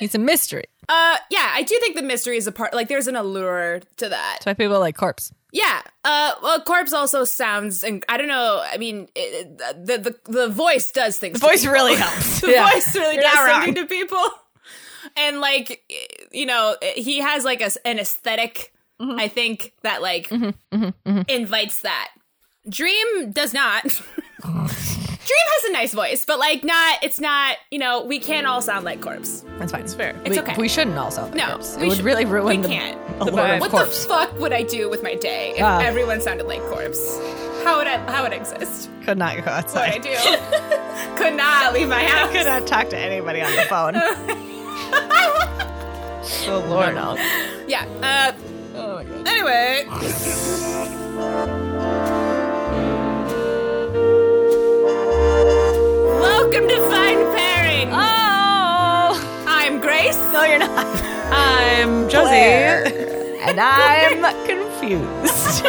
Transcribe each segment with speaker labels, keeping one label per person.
Speaker 1: It's a mystery.
Speaker 2: Uh, yeah, I do think the mystery is a part. Like, there's an allure to that.
Speaker 1: That's why people like corpse.
Speaker 2: Yeah. Uh, well, corpse also sounds, and I don't know. I mean, it, it- the, the the voice does things.
Speaker 3: The
Speaker 2: to
Speaker 3: voice
Speaker 2: people.
Speaker 3: really helps.
Speaker 2: the
Speaker 1: Yeah.
Speaker 2: voice really
Speaker 3: You're
Speaker 2: does
Speaker 3: not
Speaker 2: something
Speaker 3: wrong.
Speaker 2: to people. And like, you know, he has like a, an esthetic
Speaker 3: Mm-hmm.
Speaker 2: I think that like invites that. Dream does not. Dream has a nice voice, but like not. It's not. You know, we can't all sound like Corpse.
Speaker 1: That's fine. It's
Speaker 3: fair.
Speaker 1: We,
Speaker 2: It's okay.
Speaker 1: We shouldn't all sound like
Speaker 2: No,
Speaker 1: corpse.
Speaker 2: we
Speaker 1: It would
Speaker 2: should-
Speaker 1: really ruin the,
Speaker 2: we can't.
Speaker 1: the
Speaker 3: The
Speaker 1: vibe.
Speaker 3: vibe.
Speaker 2: What
Speaker 1: corpse.
Speaker 2: the fuck would I do with my day if
Speaker 1: Ah.
Speaker 2: everyone sounded like Corpse? How would I? How would I exist?
Speaker 3: Could not go outside.
Speaker 2: What would I do? Could not leave my house.
Speaker 3: could not talk to anybody on the phone. oh lord!
Speaker 2: Yeah. Uh,
Speaker 1: Oh my god.
Speaker 2: anyway. Welcome to Fine Pairing.
Speaker 1: Ah. Oh,
Speaker 2: I'm Grace.
Speaker 3: No, you're not.
Speaker 1: I'm
Speaker 3: Josie.
Speaker 1: and I'm
Speaker 3: confused.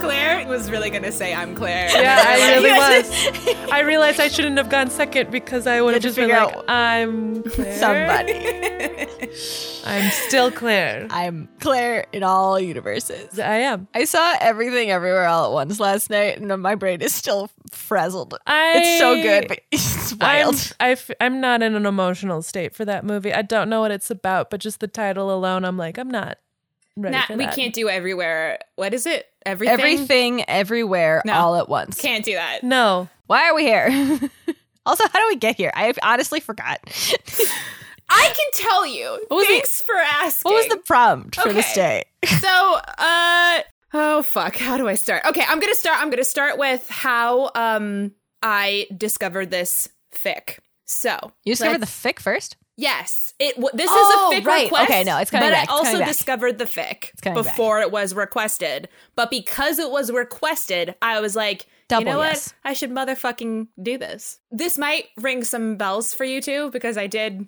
Speaker 2: Claire was really gonna say I'm Claire.
Speaker 4: Yeah, I really
Speaker 3: Yes.
Speaker 4: was. I realized I shouldn't have gone second because I would
Speaker 3: had
Speaker 4: have
Speaker 3: to
Speaker 4: just been
Speaker 3: figure
Speaker 4: like,
Speaker 3: out-
Speaker 4: I'm Claire.
Speaker 3: Somebody.
Speaker 4: I'm still Claire.
Speaker 3: I'm Claire in all universes.
Speaker 4: I am.
Speaker 3: I saw everything everywhere all at once last night, and my brain is still frazzled.
Speaker 4: I-
Speaker 3: it's so good, but it's
Speaker 4: I'm,
Speaker 3: wild.
Speaker 4: I f- I'm not in an emotional state for that movie. I don't know what it's about, but just the title alone, I'm like, I'm not ready
Speaker 2: Not,
Speaker 4: for
Speaker 2: we
Speaker 4: that.
Speaker 2: can't do everywhere. What is it? Everything.
Speaker 3: Everything, everywhere,
Speaker 2: No.
Speaker 3: all at once.
Speaker 2: Can't do that.
Speaker 4: No.
Speaker 3: Why are we here? also, how do we get here? I honestly forgot.
Speaker 2: I can tell you.
Speaker 3: was the-
Speaker 2: Thanks for asking.
Speaker 3: what was the prompt for this
Speaker 2: Okay.
Speaker 3: day?
Speaker 2: so uh oh fuck how do i start okay i'm gonna start i'm gonna start with how um i discovered this fic so
Speaker 3: You discovered
Speaker 2: let's-
Speaker 3: the fic first?
Speaker 2: yes it w- this
Speaker 3: Oh,
Speaker 2: is a fic
Speaker 3: right.
Speaker 2: request
Speaker 3: Okay, no, it's coming
Speaker 2: but
Speaker 3: back, it's
Speaker 2: i also
Speaker 3: coming back.
Speaker 2: discovered the fic
Speaker 3: coming back.
Speaker 2: before it was requested but because it was requested i was like
Speaker 3: Double
Speaker 2: you know
Speaker 3: yes.
Speaker 2: what i should motherfucking do this this might ring some bells for you too because i did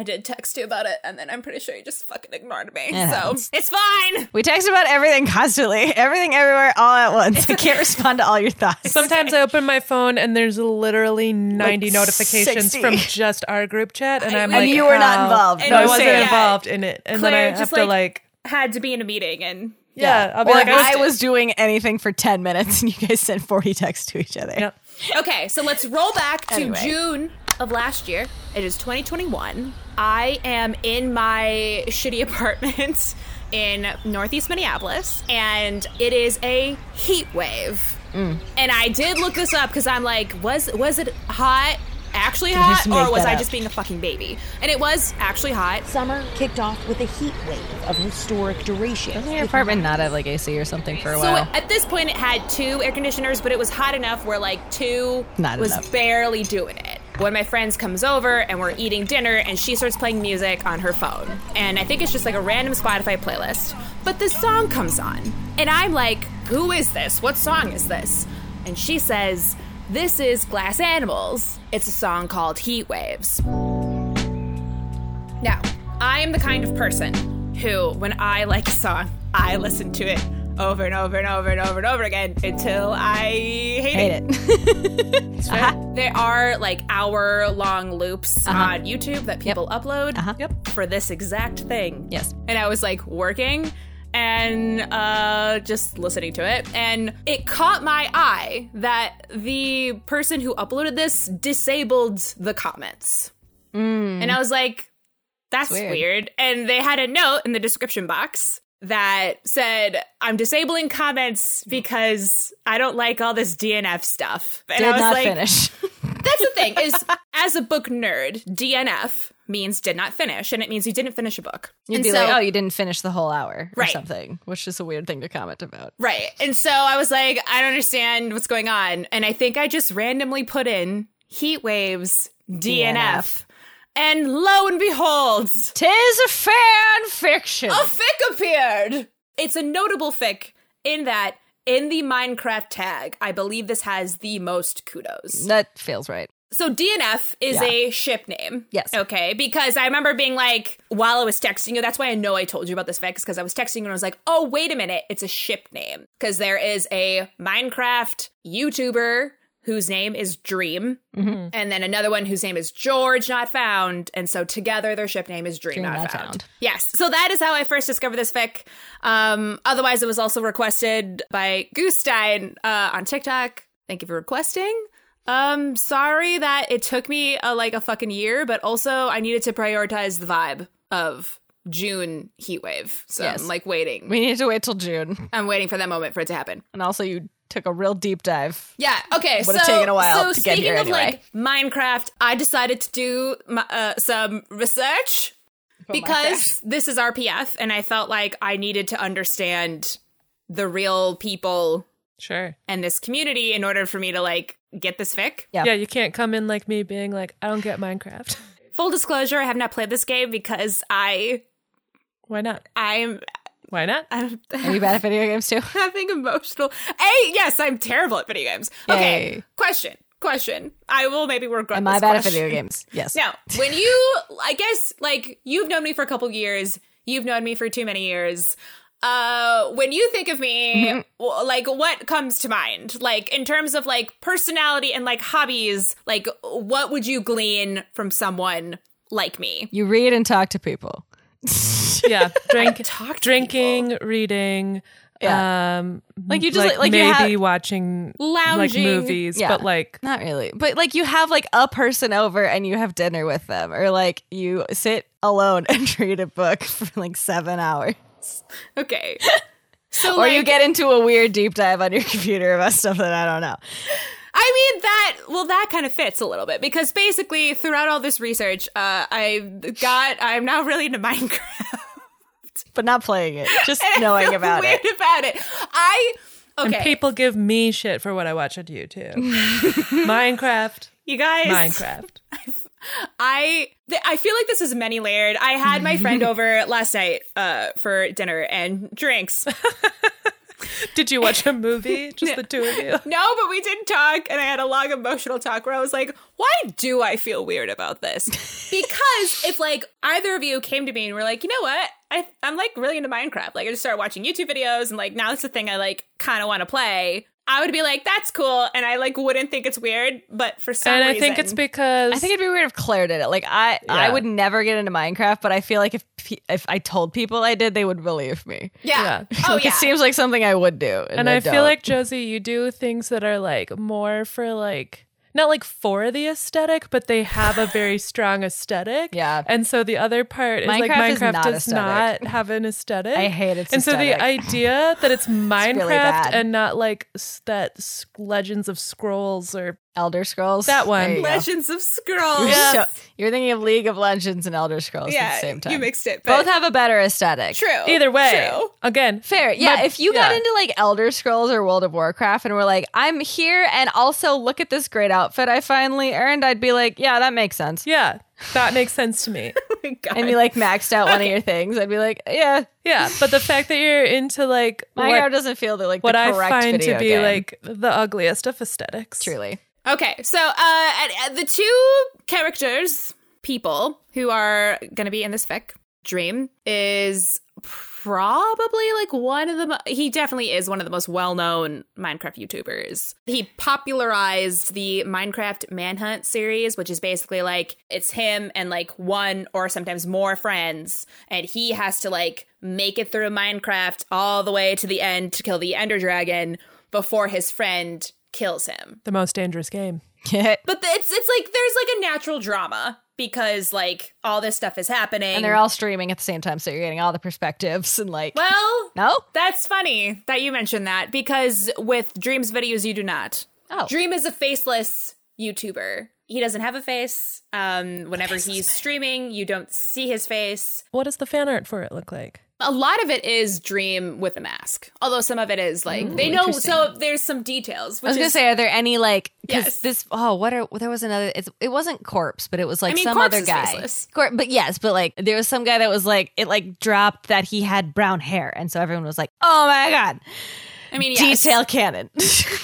Speaker 2: I did text you about it, and then I'm pretty sure you just fucking ignored me. so
Speaker 3: happens.
Speaker 2: it's fine.
Speaker 3: We text about everything constantly, everything everywhere, all at once. I can't respond to all your thoughts.
Speaker 4: Sometimes I open my phone and there's literally 90 notifications
Speaker 3: 60.
Speaker 4: from just our group chat, and I'm
Speaker 3: and
Speaker 4: like,
Speaker 3: you were not
Speaker 4: how-
Speaker 3: involved.
Speaker 4: No, I
Speaker 2: And
Speaker 4: wasn't
Speaker 2: same.
Speaker 4: involved in it. And
Speaker 2: Claire,
Speaker 4: then I have
Speaker 2: just
Speaker 4: to
Speaker 2: like-
Speaker 4: like,
Speaker 2: had to be in a meeting and
Speaker 4: yeah, I'll be
Speaker 3: or
Speaker 4: like,
Speaker 3: I
Speaker 4: missed it.
Speaker 3: was doing anything for 10 minutes and you guys sent 40 texts to each other.
Speaker 4: Yep.
Speaker 2: okay so let's roll back to
Speaker 3: Anyway.
Speaker 2: june of last year it is 2021 i am in my shitty apartment in northeast minneapolis and it is a heat wave
Speaker 3: Mm.
Speaker 2: and i did look this up because i'm like was was it hot actually hot
Speaker 3: just make
Speaker 2: or was
Speaker 3: that
Speaker 2: i
Speaker 3: up?
Speaker 2: just being a fucking baby and it was actually hot
Speaker 5: Summer kicked off with a heat wave of historic duration.
Speaker 3: Your apartment not at like AC or something for a
Speaker 2: So
Speaker 3: while.
Speaker 2: at this point, it had two air conditioners, but it was hot enough where like two
Speaker 3: Not
Speaker 2: was
Speaker 3: enough.
Speaker 2: barely doing it. One of my friends comes over and we're eating dinner, and she starts playing music on her phone. And I think it's just like a random Spotify playlist. But this song comes on, and I'm like, "Who is this? What song is this?" And she says, "This is Glass Animals. It's a song called Heat Waves." Now, I am the kind of person who, when I like a song, I listen to it over and over and over and over and over again until I hate,
Speaker 3: Hate
Speaker 2: it.
Speaker 3: it.
Speaker 2: There are like hour long loops on YouTube that people upload
Speaker 3: Uh-huh.
Speaker 2: for this exact thing.
Speaker 3: Yes.
Speaker 2: And I was like working and uh just listening to it and it caught my eye that the person who uploaded this disabled the comments. And I was like that's
Speaker 3: Hmm. weird.
Speaker 2: weird. And they had a note in the description box that said, I'm disabling comments because I don't like all this DNF stuff. And I
Speaker 3: Did
Speaker 2: was
Speaker 3: not
Speaker 2: like,
Speaker 3: finish.
Speaker 2: that's the thing is as a book nerd, DNF means did not finish, and it means you didn't finish a book.
Speaker 3: You'd
Speaker 2: and
Speaker 3: be
Speaker 2: so,
Speaker 3: like, oh, you didn't finish the whole hour or
Speaker 2: Right.
Speaker 3: something, which is a weird thing to comment about.
Speaker 2: Right. And so I was like, I don't understand what's going on. And I think I just randomly put in heat waves DNF.
Speaker 3: DNF.
Speaker 2: And lo and behold,
Speaker 3: Tis a fan fiction.
Speaker 2: a fic appeared. It's a notable fic in that in the Minecraft tag, I believe this has the most kudos.
Speaker 3: That feels right.
Speaker 2: So DNF is
Speaker 3: Yeah.
Speaker 2: a ship name.
Speaker 3: Yes.
Speaker 2: Okay. Because I remember being like, while I was texting you, that's why I know I told you about this fic, because I was texting you and I was like, oh, wait a minute, it's a ship name. Because there is a Minecraft YouTuber whose name is Dream, and then another one whose name is George Not Found, and so together their ship name is Dream, Not,
Speaker 5: Not
Speaker 2: found.
Speaker 5: Found.
Speaker 2: Yes, so that is how I first discovered this fic. Um, otherwise, it was also requested by Goostine uh, on TikTok. Thank you for requesting. Um, sorry that it took me uh, like a fucking year, but also I needed to prioritize the vibe of June heat wave. So
Speaker 3: Yes.
Speaker 2: I'm like waiting.
Speaker 3: We need to wait till June.
Speaker 2: I'm waiting for that moment for it to happen.
Speaker 3: And also, you took a real deep dive.
Speaker 2: Yeah. Okay.
Speaker 3: Would've
Speaker 2: so,
Speaker 3: taken a while
Speaker 2: so
Speaker 3: to get
Speaker 2: speaking
Speaker 3: here
Speaker 2: of
Speaker 3: anyway.
Speaker 2: like Minecraft, I decided to do my, uh, some research because this is RPF, and I felt like I needed to understand the real people
Speaker 4: Sure.
Speaker 2: and this community in order for me to like get this fic.
Speaker 3: Yeah.
Speaker 4: Yeah, you can't come in like me being like, I don't get Minecraft.
Speaker 2: Full disclosure: I have not played this game because I
Speaker 4: Why not?
Speaker 2: I'm
Speaker 4: Why not?
Speaker 2: I'm
Speaker 3: Are you bad at video games too?
Speaker 2: having emotional. Hey, yes, I'm terrible at video games. Okay.
Speaker 3: Yay.
Speaker 2: Question. Question. I will maybe regret.
Speaker 3: Am I
Speaker 2: this
Speaker 3: bad at
Speaker 2: question.
Speaker 3: video games? Yes.
Speaker 2: Now, when you, I guess, like you've known me for a couple years, you've known me for too many years. Uh, when you think of
Speaker 3: Mm-hmm.
Speaker 2: me, w like what comes to mind, like in terms of like personality and like hobbies, like what would you glean from someone like me?
Speaker 3: You read and talk to people.
Speaker 4: Yeah. Drink
Speaker 2: Talk to
Speaker 4: drinking, reading,
Speaker 3: Yeah.
Speaker 4: um
Speaker 3: Like, you just, like, you
Speaker 4: maybe
Speaker 3: have-
Speaker 4: watching like
Speaker 2: Lounging.
Speaker 4: movies,
Speaker 3: Yeah.
Speaker 4: but like
Speaker 3: Not really. But like you have like a person over and you have dinner with them or like you sit alone and read a book for like 7 hours.
Speaker 2: Okay, so
Speaker 3: Or you
Speaker 2: like,
Speaker 3: get into a weird deep dive on your computer about stuff that I don't know.
Speaker 2: I mean that well that kind of fits a little bit because basically throughout all this research, uh, I got I'm now really into Minecraft.
Speaker 3: But not playing it, just
Speaker 2: And I
Speaker 3: knowing
Speaker 2: feel
Speaker 3: about
Speaker 2: weird
Speaker 3: it.
Speaker 2: about it. I okay.
Speaker 4: and people give me shit for what I watch on YouTube. Minecraft.
Speaker 2: you guys,
Speaker 4: Minecraft.
Speaker 2: I th- I feel like this is many layered. I had my friend over last night uh, for dinner and drinks.
Speaker 4: Did you watch a movie? Just the two of you.
Speaker 2: No, but we did talk, and I had a long emotional talk where I was like, "Why do I feel weird about this?" Because if like either of you came to me and were like, "You know what? I I'm like really into Minecraft. Like I just started watching YouTube videos, and like now it's a thing I like kind of want to play." I would be like, "That's cool," and I like wouldn't think it's weird, but for some
Speaker 4: And I
Speaker 2: reason,
Speaker 4: think it's because
Speaker 3: I think it'd be weird if Claire did it. Like I, I
Speaker 4: Yeah.
Speaker 3: would never get into Minecraft, but I feel like if pe- if I told people I did, they would believe me.
Speaker 2: yeah.
Speaker 4: Yeah.
Speaker 2: Oh
Speaker 3: like
Speaker 2: yeah.
Speaker 3: it seems like something I would do, and,
Speaker 4: and I,
Speaker 3: don't.
Speaker 4: feel like Josie, you do things that are like more for like not like for the aesthetic, but they have a very strong aesthetic.
Speaker 3: Yeah.
Speaker 4: And so the other part is like
Speaker 3: Minecraft is
Speaker 4: Minecraft
Speaker 3: not
Speaker 4: does
Speaker 3: aesthetic.
Speaker 4: not have an aesthetic.
Speaker 3: I hate its
Speaker 4: And so the
Speaker 3: aesthetic.
Speaker 4: idea that it's Minecraft
Speaker 3: bad.
Speaker 4: and not like s- that s- Legends of Scrolls or
Speaker 3: Elder Scrolls.
Speaker 4: That one.
Speaker 3: There you go.
Speaker 2: Legends of Scrolls.
Speaker 3: So you're thinking of League of Legends and Elder Scrolls at the same time.
Speaker 2: You mixed it. But
Speaker 3: Both have a better aesthetic.
Speaker 2: true.
Speaker 4: either way.
Speaker 2: True.
Speaker 4: Again,
Speaker 3: Fair. Yeah,
Speaker 4: But-
Speaker 3: if you got
Speaker 4: yeah.
Speaker 3: into like Elder Scrolls or World of Warcraft and were like, I'm here and also look at this great outfit I finally earned, I'd be like, yeah, that makes sense.
Speaker 4: yeah, that makes sense to me.
Speaker 2: God.
Speaker 3: And you like maxed out one of your things, I'd be like, yeah,
Speaker 4: Yeah, but the fact that you're into like
Speaker 3: Minecraft
Speaker 4: what,
Speaker 3: doesn't feel the, like
Speaker 4: what
Speaker 3: the
Speaker 4: I
Speaker 3: correct
Speaker 4: find to
Speaker 3: video
Speaker 4: be
Speaker 3: game.
Speaker 4: like the ugliest of aesthetics.
Speaker 3: truly.
Speaker 2: Okay, so uh, and, uh, the two characters, people who are going to be in this fic, Dream is probably like one of the. Mo- he definitely is one of the most well-known Minecraft YouTubers. He popularized the Minecraft Manhunt series, which is basically like it's him and like one or sometimes more friends, and he has to like make it through Minecraft all the way to the end to kill the Ender Dragon before his friend kills him
Speaker 4: The most dangerous game.
Speaker 2: but the, it's it's like there's like a natural drama because like all this stuff is happening
Speaker 3: and they're
Speaker 4: Mm.
Speaker 3: all streaming at the same time, so you're getting all the perspectives and like,
Speaker 2: well
Speaker 3: no?
Speaker 2: that's funny that you mentioned that because with dreams videos you do not
Speaker 3: Oh.
Speaker 2: dream is a faceless youtuber he doesn't have a face um whenever he's streaming you don't see his face
Speaker 4: What does the fan art for it look like?
Speaker 2: a lot of it is dream with a mask although some of it is like they know so there's some details which
Speaker 3: I was gonna
Speaker 2: is
Speaker 3: say, are there any like? Because
Speaker 2: Yes.
Speaker 3: this, oh, what are there was another. It's, it wasn't corpse, but it was like
Speaker 2: I mean,
Speaker 3: some
Speaker 2: Corpse
Speaker 3: other
Speaker 2: is
Speaker 3: guy.
Speaker 2: faceless.
Speaker 3: Cor- but yes, but like there was some guy that was like it like dropped that he had brown hair, and so everyone was like, oh my god,
Speaker 2: i mean yes.
Speaker 3: detail canon.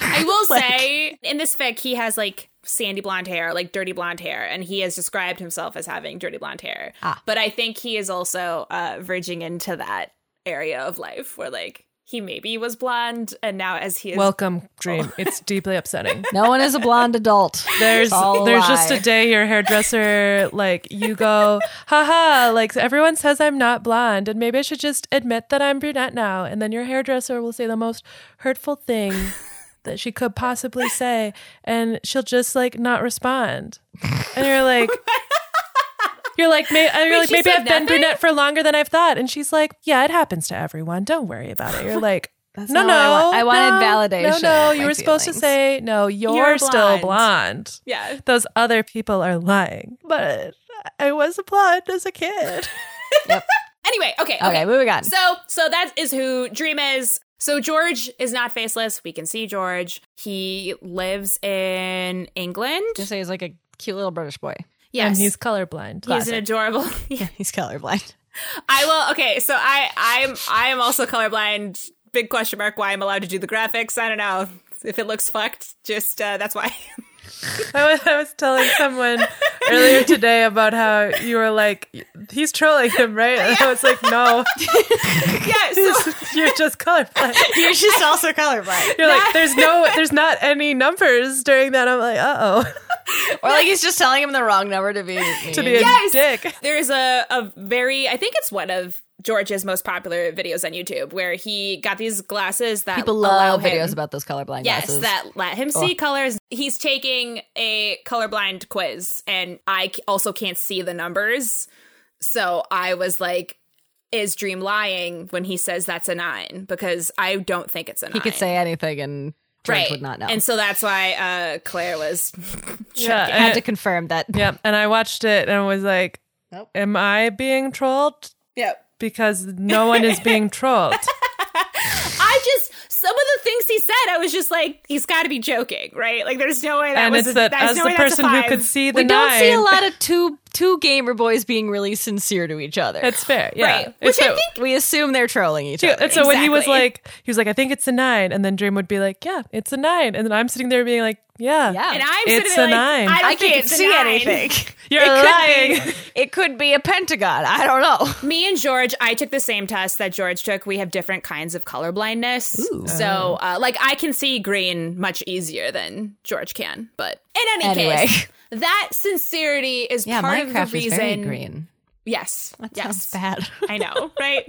Speaker 2: I will
Speaker 3: Like-
Speaker 2: say in this fic he has like sandy blonde hair, like dirty blonde hair, and he has described himself as having dirty blonde hair. But I think he is also uh verging into that area of life where like he maybe was blonde, and now as he is
Speaker 4: Welcome, dream. It's deeply upsetting.
Speaker 3: No one is a blonde adult.
Speaker 4: There's
Speaker 3: all
Speaker 4: there's
Speaker 3: lie.
Speaker 4: just a day your hairdresser like you go, haha, like everyone says I'm not blonde, and maybe I should just admit that I'm brunette now, and then your hairdresser will say the most hurtful thing that she could possibly say, and she'll just like not respond, and you're like. You're like, may, and you're like
Speaker 2: she
Speaker 4: maybe
Speaker 2: said
Speaker 4: I've been
Speaker 2: nothing?
Speaker 4: brunette for longer than I've thought. And she's like, yeah, it happens to everyone. Don't worry about it. You're like, no,
Speaker 3: not what I
Speaker 4: no.
Speaker 3: want. I wanted
Speaker 4: no,
Speaker 3: validation
Speaker 4: No, no,
Speaker 3: of
Speaker 4: you
Speaker 3: my
Speaker 4: were supposed to
Speaker 3: feelings.
Speaker 4: say, no, you're,
Speaker 2: You're
Speaker 4: still
Speaker 2: blonde.
Speaker 4: blonde.
Speaker 2: Yeah.
Speaker 4: Those other people are lying. But I was blonde as a kid.
Speaker 2: Anyway, okay, okay.
Speaker 3: Okay, moving on.
Speaker 2: So, so that is who Dream is. So George is not faceless. We can see George. He lives in England.
Speaker 3: Just say he's like a cute little British boy.
Speaker 2: yes,
Speaker 4: And he's colorblind.
Speaker 2: he's an adorable.
Speaker 3: He's colorblind.
Speaker 2: I will. Okay, so I, I'm, I am also colorblind. Big question mark. Why I'm allowed to do the graphics? I don't know. If it looks fucked, just uh, that's why.
Speaker 4: I was, I was telling someone earlier today about how you were like, he's trolling him, right? And I was like, no,
Speaker 2: yeah. So
Speaker 4: you're just colorblind.
Speaker 3: You're just also colorblind.
Speaker 4: You're like, there's no, there's not any numbers during that. I'm like, uh oh,
Speaker 3: Or like he's just telling him the wrong number to be
Speaker 4: to be a
Speaker 2: Yes.
Speaker 4: dick.
Speaker 2: There's a, a very, I think it's one of George's most popular videos on YouTube where he got these glasses that
Speaker 3: People
Speaker 2: allow
Speaker 3: love
Speaker 2: him-
Speaker 3: videos about those colorblind
Speaker 2: Yes,
Speaker 3: glasses. Oh.
Speaker 2: that let him see colors. He's taking a colorblind quiz, and I c- also can't see the numbers. So I was like, is Dream lying when he says that's a nine? Because I don't think it's a nine.
Speaker 3: he could say anything and George would not know.
Speaker 2: And so that's why uh, Claire was
Speaker 3: I
Speaker 4: Yeah,
Speaker 2: Uh,
Speaker 3: had
Speaker 4: and-
Speaker 3: to confirm that.
Speaker 4: Yep. And I watched it and was like,
Speaker 3: Nope.
Speaker 4: Am I being trolled?
Speaker 2: Yep.
Speaker 4: Because no one is being trolled.
Speaker 2: I just some of the things he said, I was just like, he's got to be joking, right? Like, there's no way that
Speaker 4: and
Speaker 2: was
Speaker 4: it's
Speaker 2: a,
Speaker 4: that
Speaker 2: there's
Speaker 4: as
Speaker 2: no
Speaker 4: the
Speaker 2: way that's a
Speaker 4: person who could
Speaker 2: five.
Speaker 4: see the
Speaker 3: We don't
Speaker 4: nine.
Speaker 3: see a lot of two two gamer boys being really sincere to each other.
Speaker 4: It's fair. Yeah.
Speaker 2: Right. Which
Speaker 4: It's
Speaker 2: I
Speaker 4: fair.
Speaker 2: think-
Speaker 3: we assume they're trolling each other.
Speaker 4: And so when he was
Speaker 2: Exactly.
Speaker 4: like, he was like, I think it's a nine. And then Dream would be like, yeah, it's a nine. And then I'm sitting there being like, yeah.
Speaker 3: Yeah.
Speaker 2: And I'm sitting
Speaker 4: It's
Speaker 2: there like,
Speaker 4: a nine.
Speaker 2: I, don't
Speaker 3: I
Speaker 2: think
Speaker 3: can't
Speaker 2: it's a
Speaker 3: see
Speaker 2: nine.
Speaker 3: anything.
Speaker 4: You're
Speaker 3: it
Speaker 4: lying.
Speaker 3: Could be, it could be a pentagon. I don't know.
Speaker 2: Me and George, I took the same test that George took. We have different kinds of colorblindness. So,
Speaker 3: Oh.
Speaker 2: uh, like, I can see green much easier than George can. But in any
Speaker 3: Anyway.
Speaker 2: case, that sincerity is part of the reason. Yes. yes.
Speaker 3: bad.
Speaker 2: I know, right?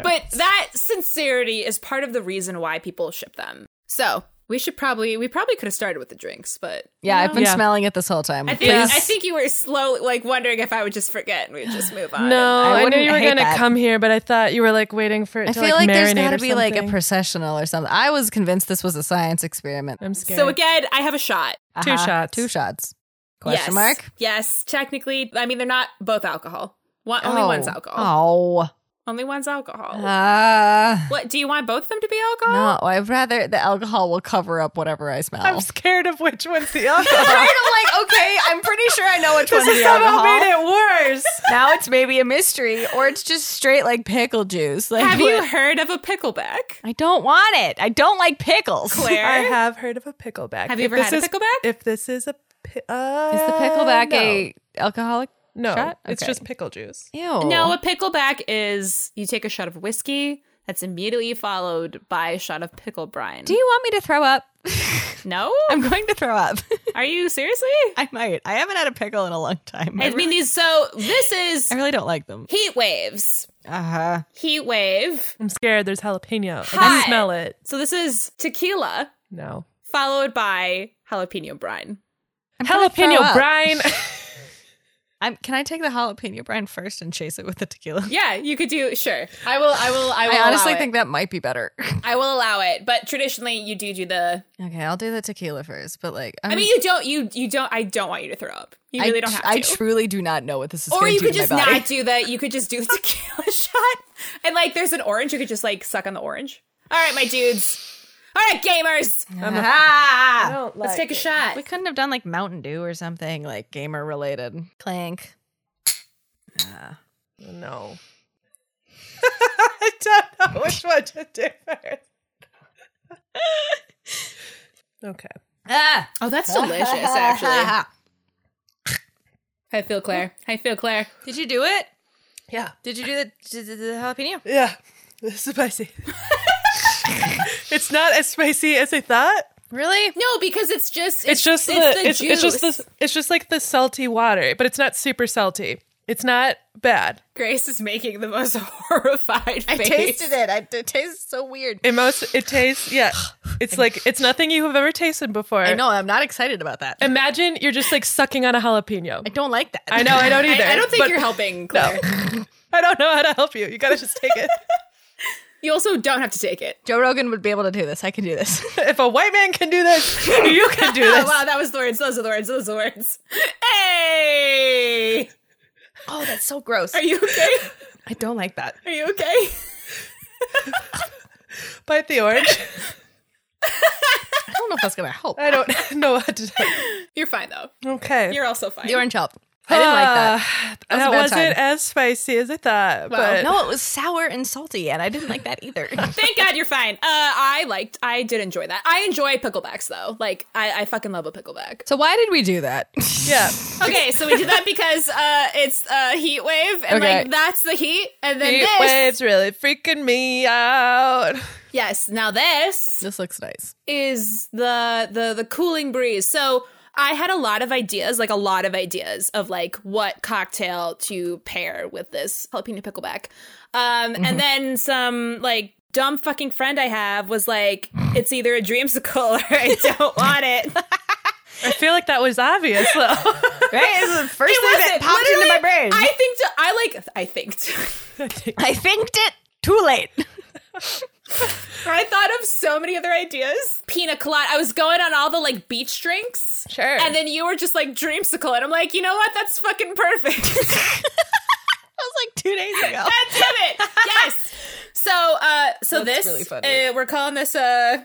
Speaker 2: but that sincerity is part of the reason why people ship them. So we should probably we probably could have started with the drinks, but
Speaker 3: Yeah, I've been
Speaker 4: Yeah.
Speaker 3: smelling it this whole time.
Speaker 2: I think
Speaker 3: Please.
Speaker 2: I think you were slowly like wondering if I would just forget and we'd just move on.
Speaker 4: No,
Speaker 3: I
Speaker 4: I, knew
Speaker 3: wouldn't
Speaker 4: you were
Speaker 3: hate
Speaker 4: going to
Speaker 3: that.
Speaker 4: come here, but I thought you were like waiting for it
Speaker 3: I
Speaker 4: to
Speaker 3: feel like there's
Speaker 4: got to
Speaker 3: be like a processional or something. I was convinced this was a science experiment.
Speaker 4: I'm scared.
Speaker 2: So again, I have a shot.
Speaker 4: two
Speaker 3: Uh-huh.
Speaker 4: shots.
Speaker 3: Two shots. Question
Speaker 2: yes.
Speaker 3: mark.
Speaker 2: Yes, technically. I mean, they're not both alcohol. One, Only
Speaker 3: Oh.
Speaker 2: one's alcohol. Only one's
Speaker 3: Oh.
Speaker 2: alcohol.
Speaker 3: Uh,
Speaker 2: what do you want both of them to be alcohol?
Speaker 3: no, I'd rather the alcohol will cover up whatever I smell.
Speaker 4: I'm scared of which one's the alcohol.
Speaker 3: Right? I'm like, okay, I'm pretty sure I know which
Speaker 4: this
Speaker 3: one's the
Speaker 4: is somehow
Speaker 3: alcohol.
Speaker 4: made it worse.
Speaker 3: Now it's maybe a mystery, or it's just straight like pickle juice. Like,
Speaker 2: Have you
Speaker 3: what-
Speaker 2: heard of a pickleback?
Speaker 3: I don't want it. I don't like pickles.
Speaker 2: Claire,
Speaker 4: I have heard of a pickleback.
Speaker 2: Have you
Speaker 4: If
Speaker 2: ever had
Speaker 4: this
Speaker 2: a
Speaker 4: is-
Speaker 2: pickleback?
Speaker 4: If this is a pi- uh,
Speaker 3: Is the pickleback
Speaker 4: no.
Speaker 3: a alcoholic?
Speaker 4: no?
Speaker 3: shot?
Speaker 4: It's
Speaker 3: Okay.
Speaker 4: just pickle juice.
Speaker 3: Ew.
Speaker 2: No, a pickleback is you take a shot of whiskey that's immediately followed by a shot of pickle brine.
Speaker 3: Do you want me to throw up?
Speaker 2: no?
Speaker 3: I'm going to throw up.
Speaker 2: Are you seriously?
Speaker 3: I might. I haven't had a pickle in a long time.
Speaker 2: I mean, these. So this is
Speaker 3: I really don't like them.
Speaker 2: heat waves.
Speaker 3: Uh huh.
Speaker 2: Heat wave.
Speaker 4: I'm scared. There's jalapeno. I
Speaker 2: Hot.
Speaker 4: can smell it.
Speaker 2: So this is tequila
Speaker 4: No
Speaker 2: followed by jalapeno brine.
Speaker 4: jalapeno brine.
Speaker 3: I'm, can I take the jalapeno brine first and chase it with the tequila?
Speaker 2: Yeah, you could do sure. I will. I will. I will.
Speaker 3: I honestly
Speaker 2: allow
Speaker 3: think that might be better.
Speaker 2: it. I will allow it. But traditionally, you do do the.
Speaker 3: okay, I'll do the tequila first, but like, I'm,
Speaker 2: I mean, you don't. You you don't. I don't want you to throw up. You really
Speaker 3: I,
Speaker 2: don't have
Speaker 3: tr-
Speaker 2: to.
Speaker 3: I truly do not know what this is.
Speaker 2: or
Speaker 3: gonna
Speaker 2: you
Speaker 3: do
Speaker 2: could
Speaker 3: to my
Speaker 2: just
Speaker 3: body.
Speaker 2: not do that. You could just do the tequila shot. And like, there's an orange. You could just like suck on the orange. All right, my dudes. All right, gamers.
Speaker 3: Ah!
Speaker 2: Let's take a shot.
Speaker 3: We couldn't have done like Mountain Dew or something like gamer related. Clank.
Speaker 4: No. I don't know which one to do first. okay.
Speaker 3: Ah,
Speaker 2: Oh, that's delicious, actually. I feel Claire. I feel Claire.
Speaker 3: Did you do it?
Speaker 4: Yeah.
Speaker 3: Did you do the, did the jalapeno?
Speaker 4: Yeah. This is spicy. it's not as spicy as I thought.
Speaker 2: Really? No, because it's just
Speaker 4: It's just the,
Speaker 2: it's, the
Speaker 4: it's, it's just
Speaker 2: juice.
Speaker 4: the it's just like the salty water, but it's not super salty. It's not bad.
Speaker 2: Grace is making the most horrified face.
Speaker 3: I tasted it. I, it tastes so weird.
Speaker 4: It most it tastes yeah. It's like it's nothing you have ever tasted before.
Speaker 3: I know. I'm not excited about that. I
Speaker 4: Imagine you're just like sucking on a jalapeno.
Speaker 3: don't like that.
Speaker 4: I know, I don't either.
Speaker 2: I, I don't think
Speaker 4: but
Speaker 2: you're helping. Claire.
Speaker 4: I don't know how to help you. You gotta just take it.
Speaker 2: You also don't have to take it.
Speaker 3: Joe Rogan would be able to do this. I can do this.
Speaker 4: if a white man can do this, you can do
Speaker 2: Oh,
Speaker 4: this.
Speaker 2: wow, that was the words. Those are the words. Those are the words. Hey,
Speaker 3: oh, that's so gross.
Speaker 2: are you okay?
Speaker 3: I don't like that.
Speaker 2: Are you okay?
Speaker 4: Bite the orange.
Speaker 3: I don't know if that's gonna help.
Speaker 4: I don't know what to do.
Speaker 2: You're fine though.
Speaker 4: Okay.
Speaker 2: You're also fine.
Speaker 3: The orange help. I didn't like
Speaker 2: Ah.
Speaker 3: that.
Speaker 4: that
Speaker 3: was a bad
Speaker 4: wasn't
Speaker 3: time.
Speaker 4: as spicy as I thought. but
Speaker 3: Oh. No, it was sour and salty, and I didn't like that either.
Speaker 2: Thank God you're fine. Uh, I liked. I did enjoy that. I enjoy picklebacks though. Like I, I fucking love a pickleback.
Speaker 3: so why did we do that?
Speaker 4: yeah.
Speaker 2: Okay, so we did that because uh, it's uh, heat wave, and
Speaker 3: Okay.
Speaker 2: like that's the heat, and then
Speaker 4: Heat
Speaker 2: this.
Speaker 4: waves really freaking me out.
Speaker 2: Yes. Now this.
Speaker 3: this looks nice.
Speaker 2: is the the the cooling breeze. So I had a lot of ideas, like a lot of ideas of like what cocktail to pair with this jalapeno pickleback. Um
Speaker 3: Mm-hmm.
Speaker 2: and then some like dumb fucking friend I have was like, it's either a dreamsicle or I don't want it.
Speaker 4: I feel like that was obvious though.
Speaker 3: Right? It's the first thing that
Speaker 2: Listen,
Speaker 3: popped into my
Speaker 2: literally,
Speaker 3: brain.
Speaker 2: I think to, I like I think
Speaker 3: I thinked it too late.
Speaker 2: I thought of so many other ideas. Pina colada. I was going on all the like beach drinks.
Speaker 4: Sure.
Speaker 2: And then you were just like dreamsicle, and I'm like, you know what? That's fucking perfect.
Speaker 3: That was like two days ago.
Speaker 2: God damn it! Yes. So, uh, so
Speaker 3: That's
Speaker 2: this
Speaker 3: really funny.
Speaker 2: Uh, we're calling this. Uh,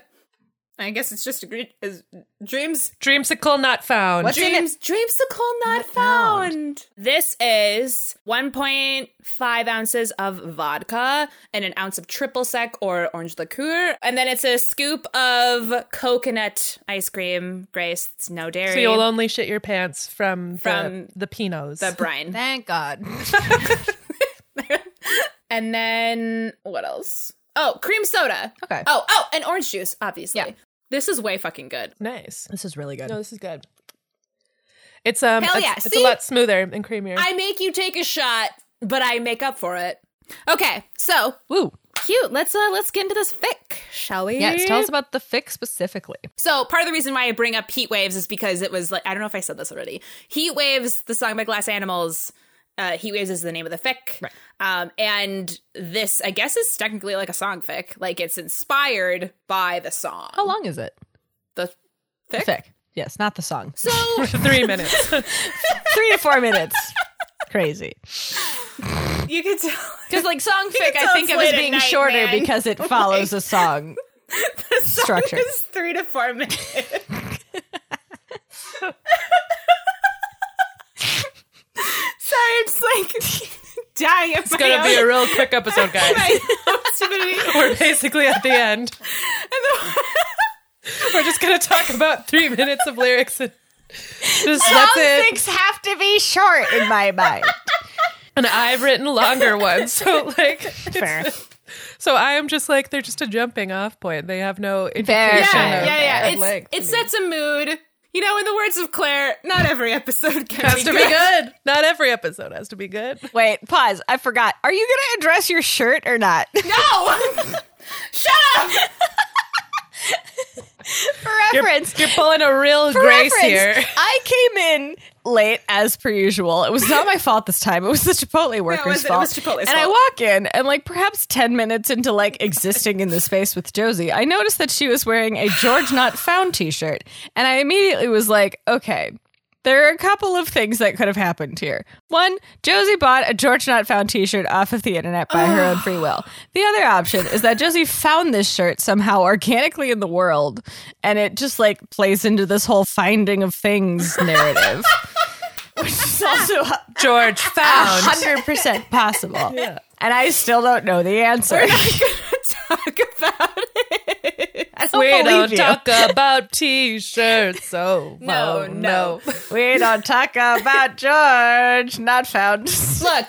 Speaker 2: I guess it's just a gre- is dreams.
Speaker 4: Dreamsicle not found.
Speaker 3: What's in it?
Speaker 2: Dreams, dreamsicle not found. This is 1.5 ounces of vodka and an ounce of triple sec or orange liqueur. And then it's a scoop of coconut ice cream. Grace, it's no dairy. Uh,
Speaker 4: So you'll only shit your pants from
Speaker 2: From
Speaker 4: the, the pinos.
Speaker 2: the brine.
Speaker 3: Thank God.
Speaker 2: And then what else? Oh, cream soda.
Speaker 3: Okay.
Speaker 2: Oh, oh, and orange juice, obviously.
Speaker 3: Yeah.
Speaker 2: This is way fucking good.
Speaker 4: nice.
Speaker 3: This is really good.
Speaker 4: No, this is good. It's um,
Speaker 2: Hell
Speaker 4: it's,
Speaker 2: yeah.
Speaker 4: it's
Speaker 2: See?
Speaker 4: a lot smoother and creamier.
Speaker 2: I make you take a shot, but I make up for it. Okay, so
Speaker 3: Woo.
Speaker 2: cute. Let's uh let's get into this fic, shall we?
Speaker 3: Yes, tell us about the fix specifically.
Speaker 2: So part of the reason why I bring up Heat Waves is because it was like I don't know if I said this already. Heat Waves, the song by Glass Animals. Uh, Heat Waves is the name of the fic, um, and this I guess is technically like a song fic. Like it's inspired by the song.
Speaker 3: How long is it?
Speaker 2: The
Speaker 3: The
Speaker 2: fic.
Speaker 3: Thick. Yes, not the song.
Speaker 2: So
Speaker 4: Three minutes.
Speaker 3: Three to four minutes. Crazy.
Speaker 2: you could tell
Speaker 3: Because like song fic,
Speaker 2: tell
Speaker 3: I think
Speaker 2: it's
Speaker 3: it was
Speaker 2: late at
Speaker 3: being
Speaker 2: night,
Speaker 3: shorter
Speaker 2: man.
Speaker 3: because it follows a song structure.
Speaker 2: It's three to four minutes. Sorry, I'm just like dying of
Speaker 4: It's gonna be a real quick episode, guys.
Speaker 2: stupidity.
Speaker 4: We're basically at the end. We're just gonna talk about three minutes of lyrics and just that's it.
Speaker 3: Things have to be short in my mind.
Speaker 4: And I've written longer ones, so like, it's-
Speaker 3: Fair.
Speaker 4: so I am just like they're just a jumping off point. They have no
Speaker 3: Fair.
Speaker 4: indication.
Speaker 2: Yeah,
Speaker 4: of-
Speaker 2: yeah, yeah. It's,
Speaker 3: length,
Speaker 2: it sets a mood. You know, in the words of Claire, not every episode can
Speaker 4: Has
Speaker 2: be
Speaker 4: to be good. Not every episode has to be good.
Speaker 3: Wait, pause. I forgot. Are you gonna address your shirt or not? For
Speaker 2: No, shut up.
Speaker 3: reference.
Speaker 4: You're pulling a real
Speaker 3: for
Speaker 4: grace
Speaker 3: reference,
Speaker 4: here.
Speaker 3: I came in late as per usual. It was not my fault this time. It was the Chipotle workers'
Speaker 2: wasn't. It
Speaker 3: fault.
Speaker 2: was Chipotle's
Speaker 3: and I
Speaker 2: fault.
Speaker 3: walk in, and like perhaps ten minutes into like existing in the space with Josie, I noticed that she was wearing a George Not Found T-shirt, and I immediately was like, okay. There are a couple of things that could have happened here. One, Josie bought a George Not Found t shirt off of the internet by her own free will. The other option is that Josie found this shirt somehow organically in the world and it just like plays into this whole finding of things narrative. Which is also a
Speaker 4: George found.
Speaker 3: 100% possible. And I still don't know the answer.
Speaker 2: Talk about it.
Speaker 3: I don't
Speaker 4: We
Speaker 3: believe
Speaker 4: don't
Speaker 3: you.
Speaker 4: talk about t-shirts. So
Speaker 2: No, no.
Speaker 3: we don't talk about George Not Found.
Speaker 2: Look,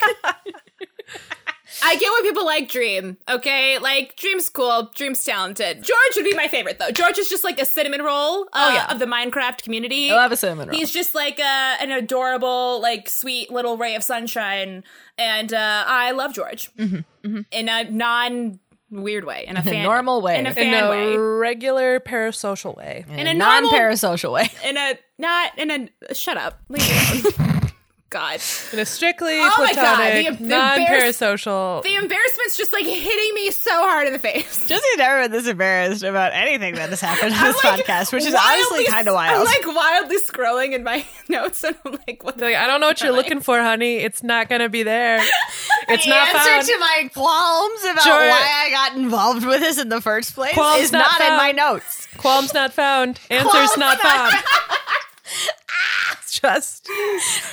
Speaker 2: I get why people like Dream, okay? Like, Dream's cool, Dream's talented. George would be my favorite, though. George is just like a cinnamon roll uh, of the Minecraft community.
Speaker 3: Oh, I love a cinnamon roll.
Speaker 2: He's just like a, an adorable, like, sweet little ray of sunshine. And uh, I love George in a non weird way, in a fan,
Speaker 3: normal way.
Speaker 2: in a
Speaker 3: Mm-hmm, In
Speaker 2: fan
Speaker 4: in a
Speaker 2: way.
Speaker 4: regular parasocial way.
Speaker 2: in a
Speaker 3: non
Speaker 2: normal-
Speaker 3: parasocial way.
Speaker 2: in a not in a shut up. Leave me alone. God,
Speaker 4: In a strictly
Speaker 2: Oh my God,
Speaker 4: platonic,
Speaker 2: the- the embarrass-
Speaker 4: non-parasocial.
Speaker 2: the embarrassment's just like hitting me so hard in the face.
Speaker 6: Josie never been this embarrassed about anything that has happened on
Speaker 2: I'm,
Speaker 6: this
Speaker 2: like,
Speaker 6: podcast, which is
Speaker 2: wildly-
Speaker 6: honestly kind of wild.
Speaker 2: I'm like wildly scrolling in my notes, and I'm like, what the
Speaker 4: Like, I don't know what you're looking for, honey. It's not gonna be there. It's not found.
Speaker 6: answer to my qualms about
Speaker 4: Sure.
Speaker 6: why I got involved with this in the first place
Speaker 4: Qualms
Speaker 6: is
Speaker 4: not
Speaker 6: not, in
Speaker 4: found.
Speaker 6: my notes.
Speaker 4: Qualm's not found. Answer's not found. It's just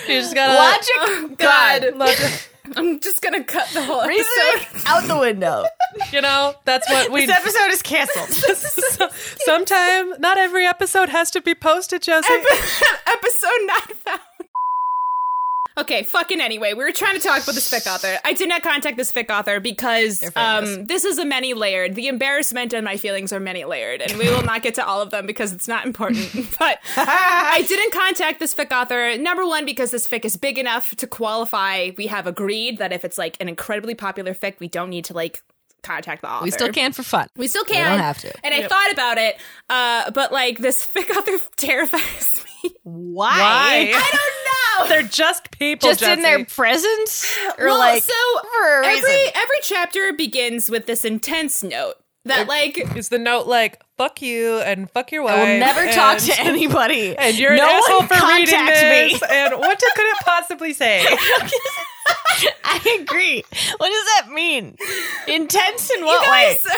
Speaker 4: you just gotta let-
Speaker 6: Logic,
Speaker 2: God.
Speaker 6: "Oh, God,
Speaker 4: let-
Speaker 2: I'm just gonna cut the whole
Speaker 6: reasoning
Speaker 2: episode.
Speaker 6: out the window.
Speaker 4: you know that's what we.
Speaker 6: This episode is canceled.
Speaker 4: so- sometime, not every episode has to be posted, Josie.
Speaker 2: episode not found. Okay, fucking anyway, we were trying to talk about this fic author. I did not contact this fic author because um, this is a many layered. The embarrassment and my feelings are many layered, and we will not get to all of them because it's not important. but I didn't contact this fic author, number one, because this fic is big enough to qualify. We have agreed that if it's like an incredibly popular fic, we don't need to like contact the author.
Speaker 3: We still can for fun.
Speaker 2: We still can.
Speaker 3: don't have to.
Speaker 2: And I thought about it, uh, but like this fic author terrifies me.
Speaker 6: Why?
Speaker 4: Why?
Speaker 2: I don't know.
Speaker 4: They're just people.
Speaker 3: Just in their
Speaker 4: Josie.
Speaker 3: presence? Or
Speaker 2: well,
Speaker 3: like
Speaker 2: so
Speaker 3: for a
Speaker 2: every
Speaker 3: reason.
Speaker 2: every chapter begins with this intense note that like
Speaker 4: is the note like "fuck you" and "fuck your wife"?
Speaker 3: I will never talk
Speaker 4: and-
Speaker 3: to anybody.
Speaker 4: And you're
Speaker 3: no
Speaker 4: an asshole
Speaker 3: one
Speaker 4: for reading
Speaker 3: contact
Speaker 4: this.
Speaker 3: me.
Speaker 4: And what did- could it possibly say?
Speaker 6: I agree. What does that mean? Intense in what way?
Speaker 2: guys,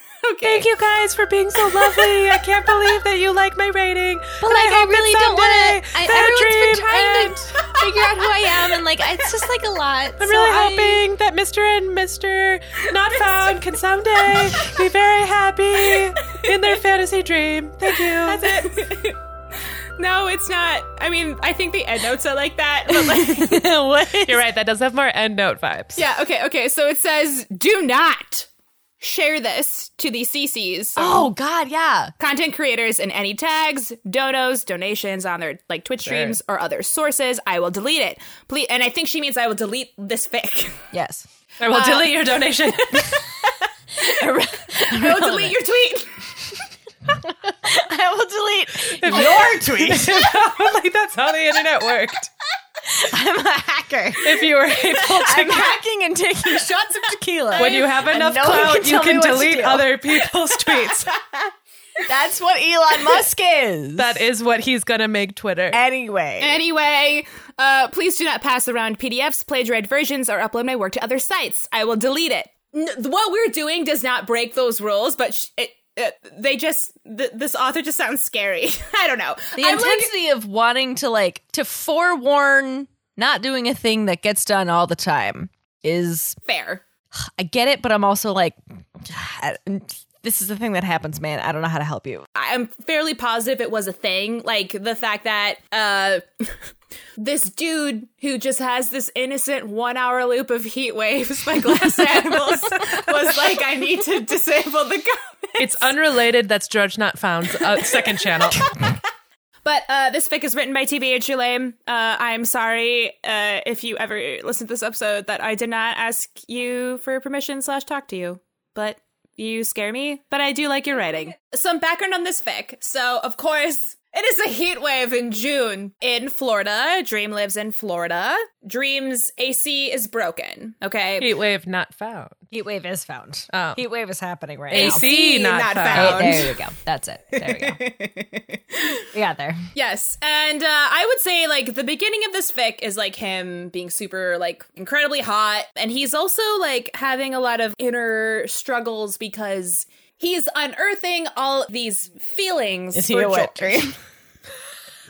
Speaker 2: okay.
Speaker 4: Thank you guys for being so lovely. I can't believe that you like my rating.
Speaker 3: But like, I, really don't want to. Everyone's been trying
Speaker 4: and
Speaker 3: to figure out who I am, and like, it's just like a lot.
Speaker 4: I'm really hoping that Mr. and Mr. Not Found can someday be very happy in their fantasy dream. Thank you. That's it.
Speaker 2: No, it's not. I mean, I think the end notes are like that, but like
Speaker 4: You're right. That does have more end note vibes.
Speaker 2: yeah, okay, okay. So it says, "Do not share this to the CCs." so
Speaker 3: Oh God, yeah.
Speaker 2: content creators in any tags, donos, donations on their like Twitch streams or other sources, I will delete it. Please, and I think she means I will delete this fic.
Speaker 3: Yes.
Speaker 4: I will delete your donation.
Speaker 2: I will delete your tweet.
Speaker 6: I will delete your tweet.
Speaker 4: like that's how the internet worked.
Speaker 6: I'm a hacker.
Speaker 4: If you were able to
Speaker 6: I'm hacking and taking shots of tequila.
Speaker 4: when you have enough
Speaker 6: no one
Speaker 4: clout,
Speaker 6: can
Speaker 4: you
Speaker 6: tell me
Speaker 4: can
Speaker 6: what to
Speaker 4: delete
Speaker 6: do.
Speaker 4: other people's tweets.
Speaker 6: That's what Elon Musk is.
Speaker 4: That is what he's gonna make Twitter.
Speaker 6: anyway.
Speaker 2: Anyway, uh, please do not pass around PDFs, plagiarized versions, or upload my work to other sites. I will delete it. N- what we're doing does not break those rules, but sh- it, it, they just th- this author just sounds scary. I don't know.
Speaker 3: The
Speaker 2: I'm like-
Speaker 3: intensity of wanting to like to forewarn not doing a thing that gets done all the time is
Speaker 2: fair.
Speaker 3: I get it, but I'm also like, I- this is the thing that happens, man. I don't know how to help you.
Speaker 2: I'm fairly positive it was a thing. Like the fact that uh this dude who just has this innocent one hour loop of heat waves by glass animals was like, I need to disable the comment.
Speaker 4: It's unrelated. That's George Not Found's uh, second channel.
Speaker 2: But uh this fic is written by TBH You're Lame. Uh I'm sorry uh if you ever listen to this episode that I did not ask you for permission slash talk to you. But you scare me, but I do like your writing. Some background on this fic. So, of course, it is a heat wave in June in Florida. Dream lives in Florida. Dream's AC is broken. Okay.
Speaker 4: Heatwave Not Found.
Speaker 3: Heatwave is found.
Speaker 4: Oh.
Speaker 3: Heatwave is happening right
Speaker 4: AC Not,
Speaker 2: not
Speaker 4: Found.
Speaker 2: found.
Speaker 3: Hey, there you go. That's it. There we go. we got there.
Speaker 2: Yes. And uh, I would say, like, the beginning of this fic is like him being super, like, incredibly hot. And he's also, like, having a lot of inner struggles because he's unearthing all these feelings.
Speaker 6: Is he a wet dream? it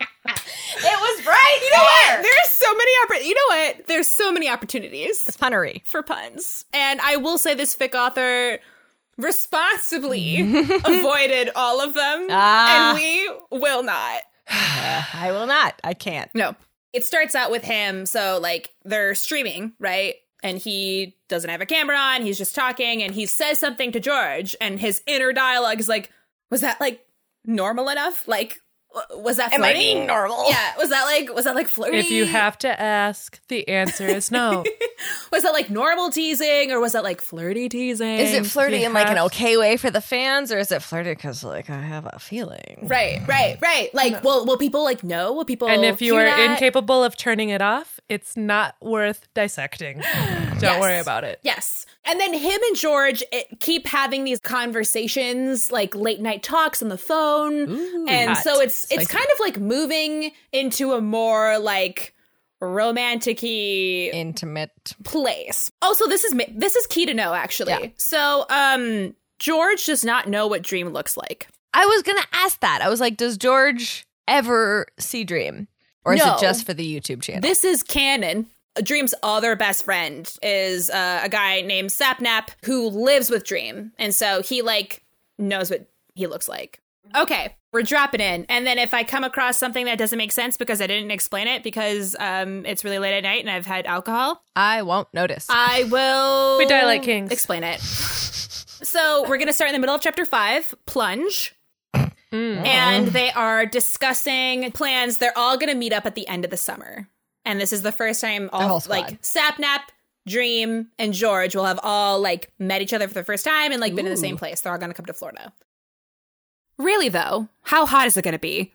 Speaker 6: was right you there.
Speaker 2: There's so many oppor- You know what? There's so many opportunities.
Speaker 3: Punnery.
Speaker 2: for puns. And I will say this fic author responsibly avoided all of them.
Speaker 3: Ah.
Speaker 2: And we will not.
Speaker 3: I will not. I can't.
Speaker 2: No. it starts out with him so like they're streaming right and he doesn't have a camera on he's just talking and he says something to george and his inner dialogue is like was that like normal enough like w- was that
Speaker 6: Am I
Speaker 2: flirty?
Speaker 6: being normal?
Speaker 2: yeah was that like was that like flirty
Speaker 4: If you have to ask, the answer is no.
Speaker 2: was that like normal teasing or was that like flirty teasing
Speaker 3: Is it flirty in like an
Speaker 4: perhaps-
Speaker 3: okay way for the fans, or is it flirty because like I have a feeling?
Speaker 2: right right right like will will people like know will people
Speaker 4: and if you
Speaker 2: hear
Speaker 4: are
Speaker 2: that?
Speaker 4: incapable of turning it off, it's not worth dissecting. Don't worry about it.
Speaker 2: Yes. And then him and George eh, keep having these conversations, like late night talks on the phone. and so it's it's kind of like moving into a more like romantic-y
Speaker 3: Intimate.
Speaker 2: place. Also, this is ma- this is key to know actually. So, um George does not know what dream looks like.
Speaker 3: I was gonna ask that. I was like, does George ever see Dream, or is
Speaker 2: No.
Speaker 3: it just for the YouTube channel?
Speaker 2: This is canon. Dream's other best friend is uh, a guy named Sapnap who lives with Dream, and so he like knows what he looks like. Okay, we're dropping in, and then if I come across something that doesn't make sense because I didn't explain it because um, it's really late at night and I've had alcohol,
Speaker 3: I won't notice.
Speaker 2: I will.
Speaker 4: We die like kings.
Speaker 2: Explain it. So we're gonna start in the middle of chapter five, plunge. And they are discussing plans. They're all gonna meet up at the end of the summer. And this is the first time all
Speaker 3: whole squad.
Speaker 2: like Sapnap, Dream, and George will have all like met each other for the first time and like been in the same place. They're all gonna come to Florida. Really though, how hot is it gonna be?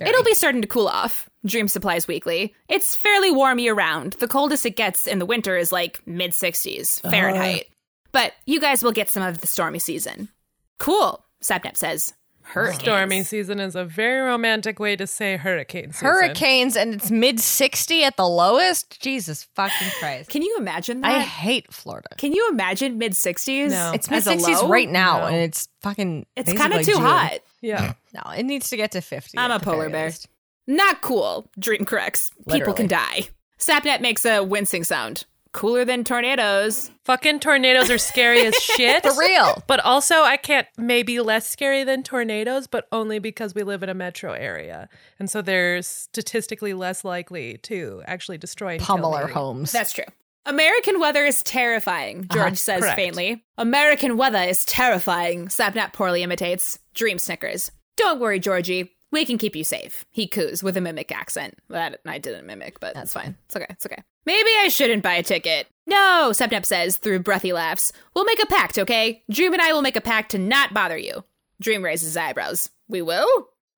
Speaker 2: It'll be starting to cool off. Dream Supplies Weekly. It's fairly warm year round. The coldest it gets in the winter is like mid 60s Fahrenheit. But you guys will get some of the stormy season. Cool, Sapnap says. Hurricanes.
Speaker 4: Stormy season is a very romantic way to say hurricane season.
Speaker 3: Hurricanes and it's mid sixty at the lowest. Jesus fucking Christ!
Speaker 2: Can you imagine that?
Speaker 3: I hate Florida.
Speaker 2: Can you imagine mid 60s?
Speaker 4: No.
Speaker 3: It's mid
Speaker 2: as a
Speaker 3: sixties
Speaker 2: low?
Speaker 3: right now, and it's fucking.
Speaker 2: It's kind of
Speaker 3: basically
Speaker 2: too
Speaker 3: June.
Speaker 2: hot.
Speaker 4: Yeah.
Speaker 3: No, it needs to get to fifty.
Speaker 2: I'm
Speaker 3: at the
Speaker 2: a polar
Speaker 3: very
Speaker 2: bear.
Speaker 3: least.
Speaker 2: Not cool, Dream corrects. People
Speaker 3: Literally.
Speaker 2: can die. Sapnap makes a wincing sound. Cooler than tornadoes.
Speaker 4: Fucking tornadoes are scary as shit.
Speaker 3: For real.
Speaker 4: But also, I can't maybe less scary than tornadoes, but only because we live in a metro area. And so they're statistically less likely to actually destroy and kill
Speaker 3: Pummel our
Speaker 4: you.
Speaker 3: homes.
Speaker 2: That's true. American weather is terrifying, George says
Speaker 4: correct.
Speaker 2: faintly. American weather is terrifying, Sapnap poorly imitates. Dream snickers. Don't worry, Georgie. We can keep you safe, he coos with a mimic accent. That I didn't mimic, but that's fine. It's okay. It's okay. Maybe I shouldn't buy a ticket. No, Sapnap says through breathy laughs. We'll make a pact, okay? Dream and I will make a pact to not bother you. Dream raises his eyebrows. We will?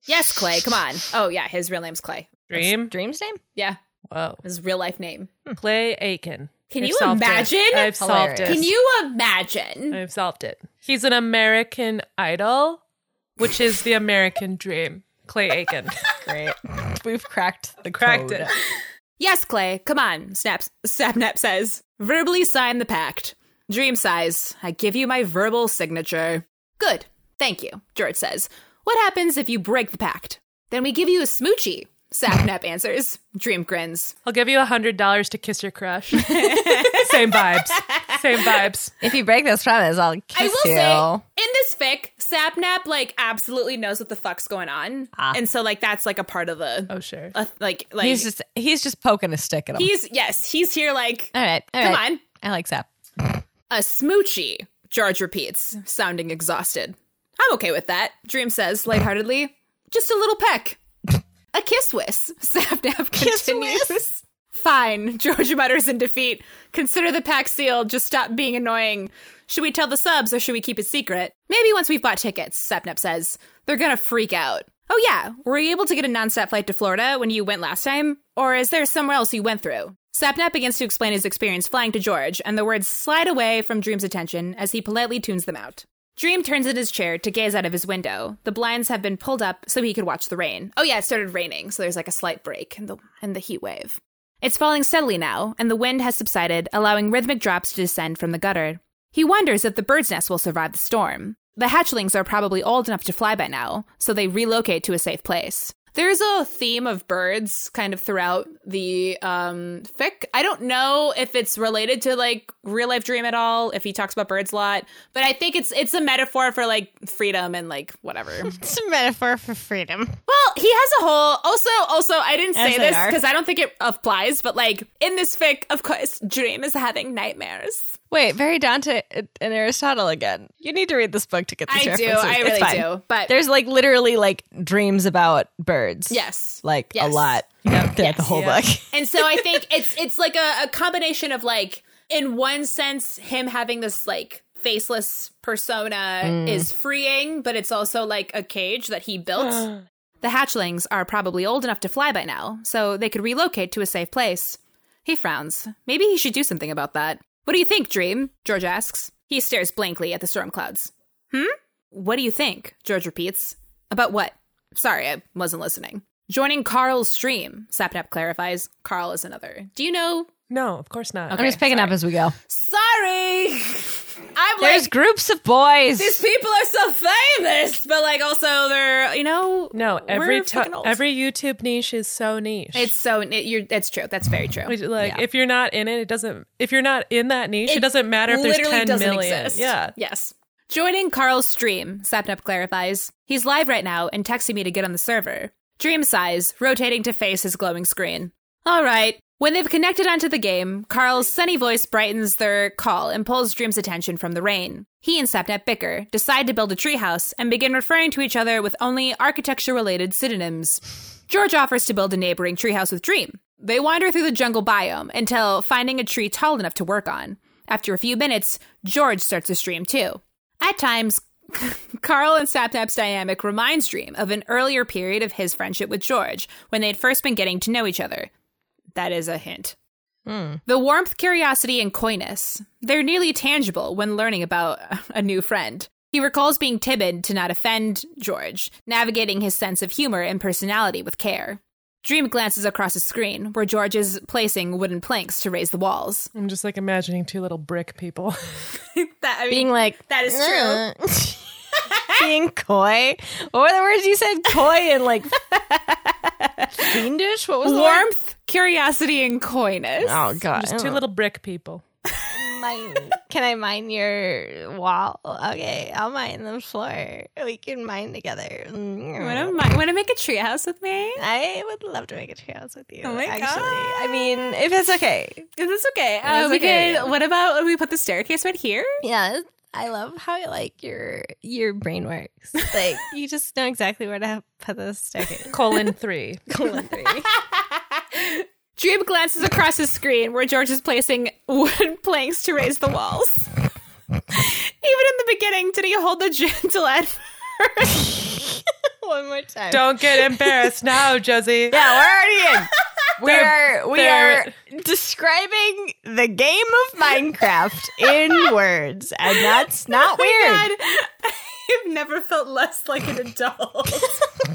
Speaker 2: Yes, Clay, come on. Oh, yeah, his real name's Clay.
Speaker 4: Dream.
Speaker 3: Dream's name?
Speaker 2: Yeah,
Speaker 4: Whoa.
Speaker 2: his real life name.
Speaker 4: Clay Aiken.
Speaker 2: Can
Speaker 4: I've
Speaker 2: you
Speaker 4: solved it.
Speaker 2: imagine?
Speaker 4: I've solved
Speaker 3: Hmm. Hilarious.
Speaker 4: it.
Speaker 2: Can you imagine?
Speaker 4: I've solved it. He's an American idol, which is the American dream. Clay Aiken.
Speaker 3: Great. We've cracked the
Speaker 4: Cracked
Speaker 3: code.
Speaker 4: it.
Speaker 2: Yes, Clay, come on, snaps Snapnap says. Verbally sign the pact. Dream size, I give you my verbal signature. Good. Thank you, George says. What happens if you break the pact? Then we give you a smoochie, Sapnap answers. Dream grins.
Speaker 4: I'll give you a hundred dollars to kiss your crush. Same vibes. Same vibes.
Speaker 3: If you break this promise, I'll kiss
Speaker 2: I will
Speaker 3: you.
Speaker 2: say, in this fic, Sapnap like absolutely knows what the fuck's going on, and so like that's like a part of the
Speaker 4: Oh sure.
Speaker 2: a- like like
Speaker 3: he's just he's just poking a stick at him.
Speaker 2: he's yes he's here like
Speaker 3: all right. all
Speaker 2: come
Speaker 3: right.
Speaker 2: on
Speaker 3: I like Zap.
Speaker 2: A smoochie, George repeats, sounding exhausted. I'm okay with that, Dream says lightheartedly. Just a little peck. A kiss whiz, Sapnap continues. Fine, George mutters in defeat. Consider the pack sealed, just stop being annoying. Should we tell the subs or should we keep it secret? Maybe once we've bought tickets, Sapnap says. They're gonna freak out. Oh yeah, were you able to get a nonstop flight to Florida when you went last time? Or is there somewhere else you went through? Sapnap begins to explain his experience flying to George, and the words slide away from Dream's attention as he politely tunes them out. Dream turns in his chair to gaze out of his window. The blinds have been pulled up so he could watch the rain. Oh yeah, it started raining, so there's like a slight break in the in the heat wave. It's falling steadily now, and the wind has subsided, allowing rhythmic drops to descend from the gutter. He wonders if the bird's nest will survive the storm. The hatchlings are probably old enough to fly by now, so they relocate to a safe place. There's a theme of birds kind of throughout the um, fic. I don't know if it's related to like real life dream at all, if he talks about birds a lot, but I think it's it's a metaphor for like freedom and like whatever. well,
Speaker 6: It's a metaphor for freedom.
Speaker 2: he has a whole. Also, also, I didn't say
Speaker 6: As they
Speaker 2: this
Speaker 6: are.
Speaker 2: because I don't think it applies, but like in this fic, of course, Dream is having nightmares.
Speaker 3: Wait, very Dante and Aristotle again. You need to read this book to get these
Speaker 2: I do,
Speaker 3: references.
Speaker 2: I
Speaker 3: It's
Speaker 2: really
Speaker 3: fine.
Speaker 2: do, but
Speaker 3: There's like literally like dreams about birds.
Speaker 2: yes,
Speaker 3: Like
Speaker 2: Yes.
Speaker 3: a lot. Yeah, the whole
Speaker 4: Yeah.
Speaker 3: book.
Speaker 2: And so I think it's it's like a, a combination of like in one sense him having this like faceless persona is freeing, but it's also like a cage that he built. the hatchlings are probably old enough to fly by now, so they could relocate to a safe place. He frowns. Maybe he should do something about that. What do you think, Dream? George asks. He stares blankly at the storm clouds. Hmm? What do you think? George repeats. About what? Sorry, I wasn't listening. Joining Carl's stream, Sapnap clarifies. Carl is another. Do you know?
Speaker 4: No, of course not.
Speaker 3: I'm just picking up as we go.
Speaker 2: Sorry! I'm
Speaker 3: There's
Speaker 2: like,
Speaker 3: groups of boys.
Speaker 2: these people are so famous, but like also they're, you know.
Speaker 4: No, every
Speaker 2: we're
Speaker 4: ti-
Speaker 2: fucking old.
Speaker 4: every YouTube niche is so niche.
Speaker 2: It's so, it, you're, that's true. That's very true.
Speaker 4: Which, like if you're not in it, it doesn't. If you're not in that niche, it, doesn't matter if there's
Speaker 2: literally
Speaker 4: ten
Speaker 2: doesn't
Speaker 4: million.
Speaker 2: Exist.
Speaker 4: Yeah,
Speaker 2: Yes. Joining Carl's stream, Sapnup clarifies. He's live right now and texting me to get on the server. Dream sighs, rotating to face his glowing screen. All right. When they've connected onto the game, Carl's sunny voice brightens their call and pulls Dream's attention from the rain. He and Sapnap bicker, decide to build a treehouse, and begin referring to each other with only architecture related synonyms. George offers to build a neighboring treehouse with Dream. They wander through the jungle biome until finding a tree tall enough to work on. After a few minutes, George starts to stream too. At times, Carl and Sapnap's dynamic reminds Dream of an earlier period of his friendship with George when they'd first been getting to know each other. That is a hint. The warmth, curiosity, and coyness. They're nearly tangible when learning about a new friend. He recalls being timid to not offend George, navigating his sense of humor and personality with care. Dream glances across a screen where George is placing wooden planks to raise the walls.
Speaker 4: I'm just like imagining two little brick people.
Speaker 2: That, I mean,
Speaker 6: Being like,
Speaker 2: that is true.
Speaker 6: "Uh," being coy. What were the words you said? Coy and like fiendish. What was the word?
Speaker 2: Warmth, curiosity, and coyness.
Speaker 6: Oh god,
Speaker 4: just two little brick people.
Speaker 6: mine. Can I mine your wall? Okay, I'll mine the floor. We can mine together.
Speaker 2: Wanna, mi- wanna make a treehouse with me?
Speaker 6: I would love to make a treehouse with you.
Speaker 2: Oh my
Speaker 6: actually,
Speaker 2: God.
Speaker 6: I mean, if it's okay.
Speaker 2: Is this okay? Uh,
Speaker 6: It's
Speaker 2: we
Speaker 6: okay,
Speaker 2: could. What about we put the staircase right here?
Speaker 6: Yeah, I love how like your your brain works. Like you just know exactly where to have- put the staircase.
Speaker 4: Colon three.
Speaker 2: Dream glances across his screen where George is placing wooden planks to raise the walls. Even in the beginning, did he hold the gentle at first?
Speaker 6: One more time.
Speaker 4: Don't get embarrassed now, Josie.
Speaker 6: Yeah, we're already in. We
Speaker 4: They're-
Speaker 6: are we
Speaker 4: they're-
Speaker 6: are describing the game of Minecraft in words, and that's not weird.
Speaker 2: I've never felt less like an adult.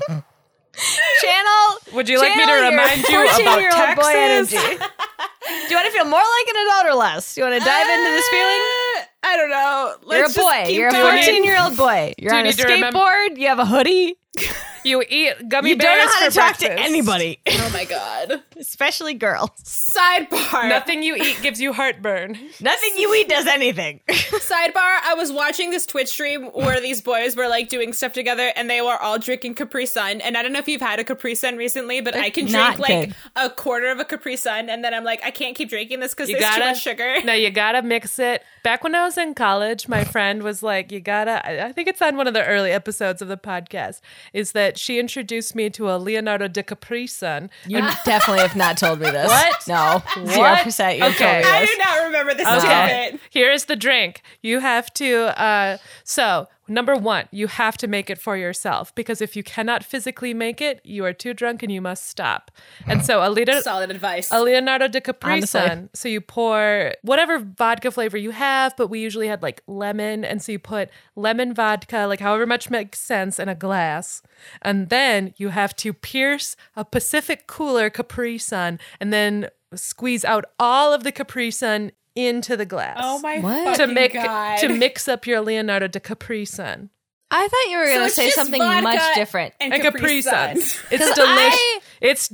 Speaker 6: Channel.
Speaker 4: Would you like me
Speaker 6: channel
Speaker 4: to
Speaker 6: your
Speaker 4: remind you about
Speaker 6: 14-year-old boy
Speaker 4: taxes?
Speaker 6: energy. Do you want to feel more like an adult or less? Do you want to dive into this feeling?
Speaker 4: Uh,
Speaker 2: I don't know.
Speaker 6: You're a
Speaker 2: Let's just
Speaker 6: boy.
Speaker 2: keep
Speaker 6: You're a
Speaker 2: going.
Speaker 6: 14 year old boy. You're
Speaker 4: Do you
Speaker 6: on a
Speaker 4: need to remember-
Speaker 6: skateboard. You have a hoodie.
Speaker 4: You eat gummy
Speaker 6: You
Speaker 4: bears
Speaker 6: don't know how to
Speaker 4: for
Speaker 6: talk to
Speaker 4: breakfast.
Speaker 6: anybody,
Speaker 2: Oh my god.
Speaker 6: especially girls.
Speaker 2: Sidebar.
Speaker 4: Nothing you eat gives you heartburn.
Speaker 6: Nothing you eat does anything.
Speaker 2: Sidebar, I was watching this Twitch stream where these boys were like doing stuff together and they were all drinking Capri Sun. And I don't know if you've had a Capri Sun recently, but I can drink
Speaker 6: not
Speaker 2: like
Speaker 6: good.
Speaker 2: a quarter of a Capri Sun and then I'm like, I can't keep drinking this because
Speaker 4: You
Speaker 2: there's too much sugar.
Speaker 4: No, you gotta mix it. Back when I was in college, my friend was like, "You gotta." I I think it's on one of the early episodes of the podcast. Is that she introduced me to a Leonardo DiCaprio son?
Speaker 3: You definitely have not told me this. What? No. Zero percent you have
Speaker 4: Okay.
Speaker 3: told
Speaker 2: I
Speaker 3: me
Speaker 2: do
Speaker 3: this.
Speaker 2: not remember this
Speaker 4: Okay.
Speaker 2: tidbit.
Speaker 4: Here is the drink. You have to. Uh, so, number one, you have to make it for yourself because if you cannot physically make it, you are too drunk and you must stop. And so, a leader.
Speaker 2: Solid advice.
Speaker 4: A Leonardo DiCaprio
Speaker 3: Honestly.
Speaker 4: son. So you pour whatever vodka flavor you have, but we usually had like lemon. And so you put lemon vodka, like however much makes sense, in a glass. And then you have to pierce a Pacific cooler Capri Sun and then squeeze out all of the Capri Sun into the glass.
Speaker 2: Oh
Speaker 3: Oh
Speaker 2: my
Speaker 3: What?
Speaker 4: to make to mix up your Leonardo DiCaprio Sun.
Speaker 7: I thought you were going to
Speaker 2: it's
Speaker 7: say
Speaker 2: just
Speaker 7: something
Speaker 2: vodka
Speaker 7: much different.
Speaker 2: And
Speaker 4: And Capri Sun. It's
Speaker 7: 'Cause
Speaker 4: delicious.
Speaker 7: I-
Speaker 4: it's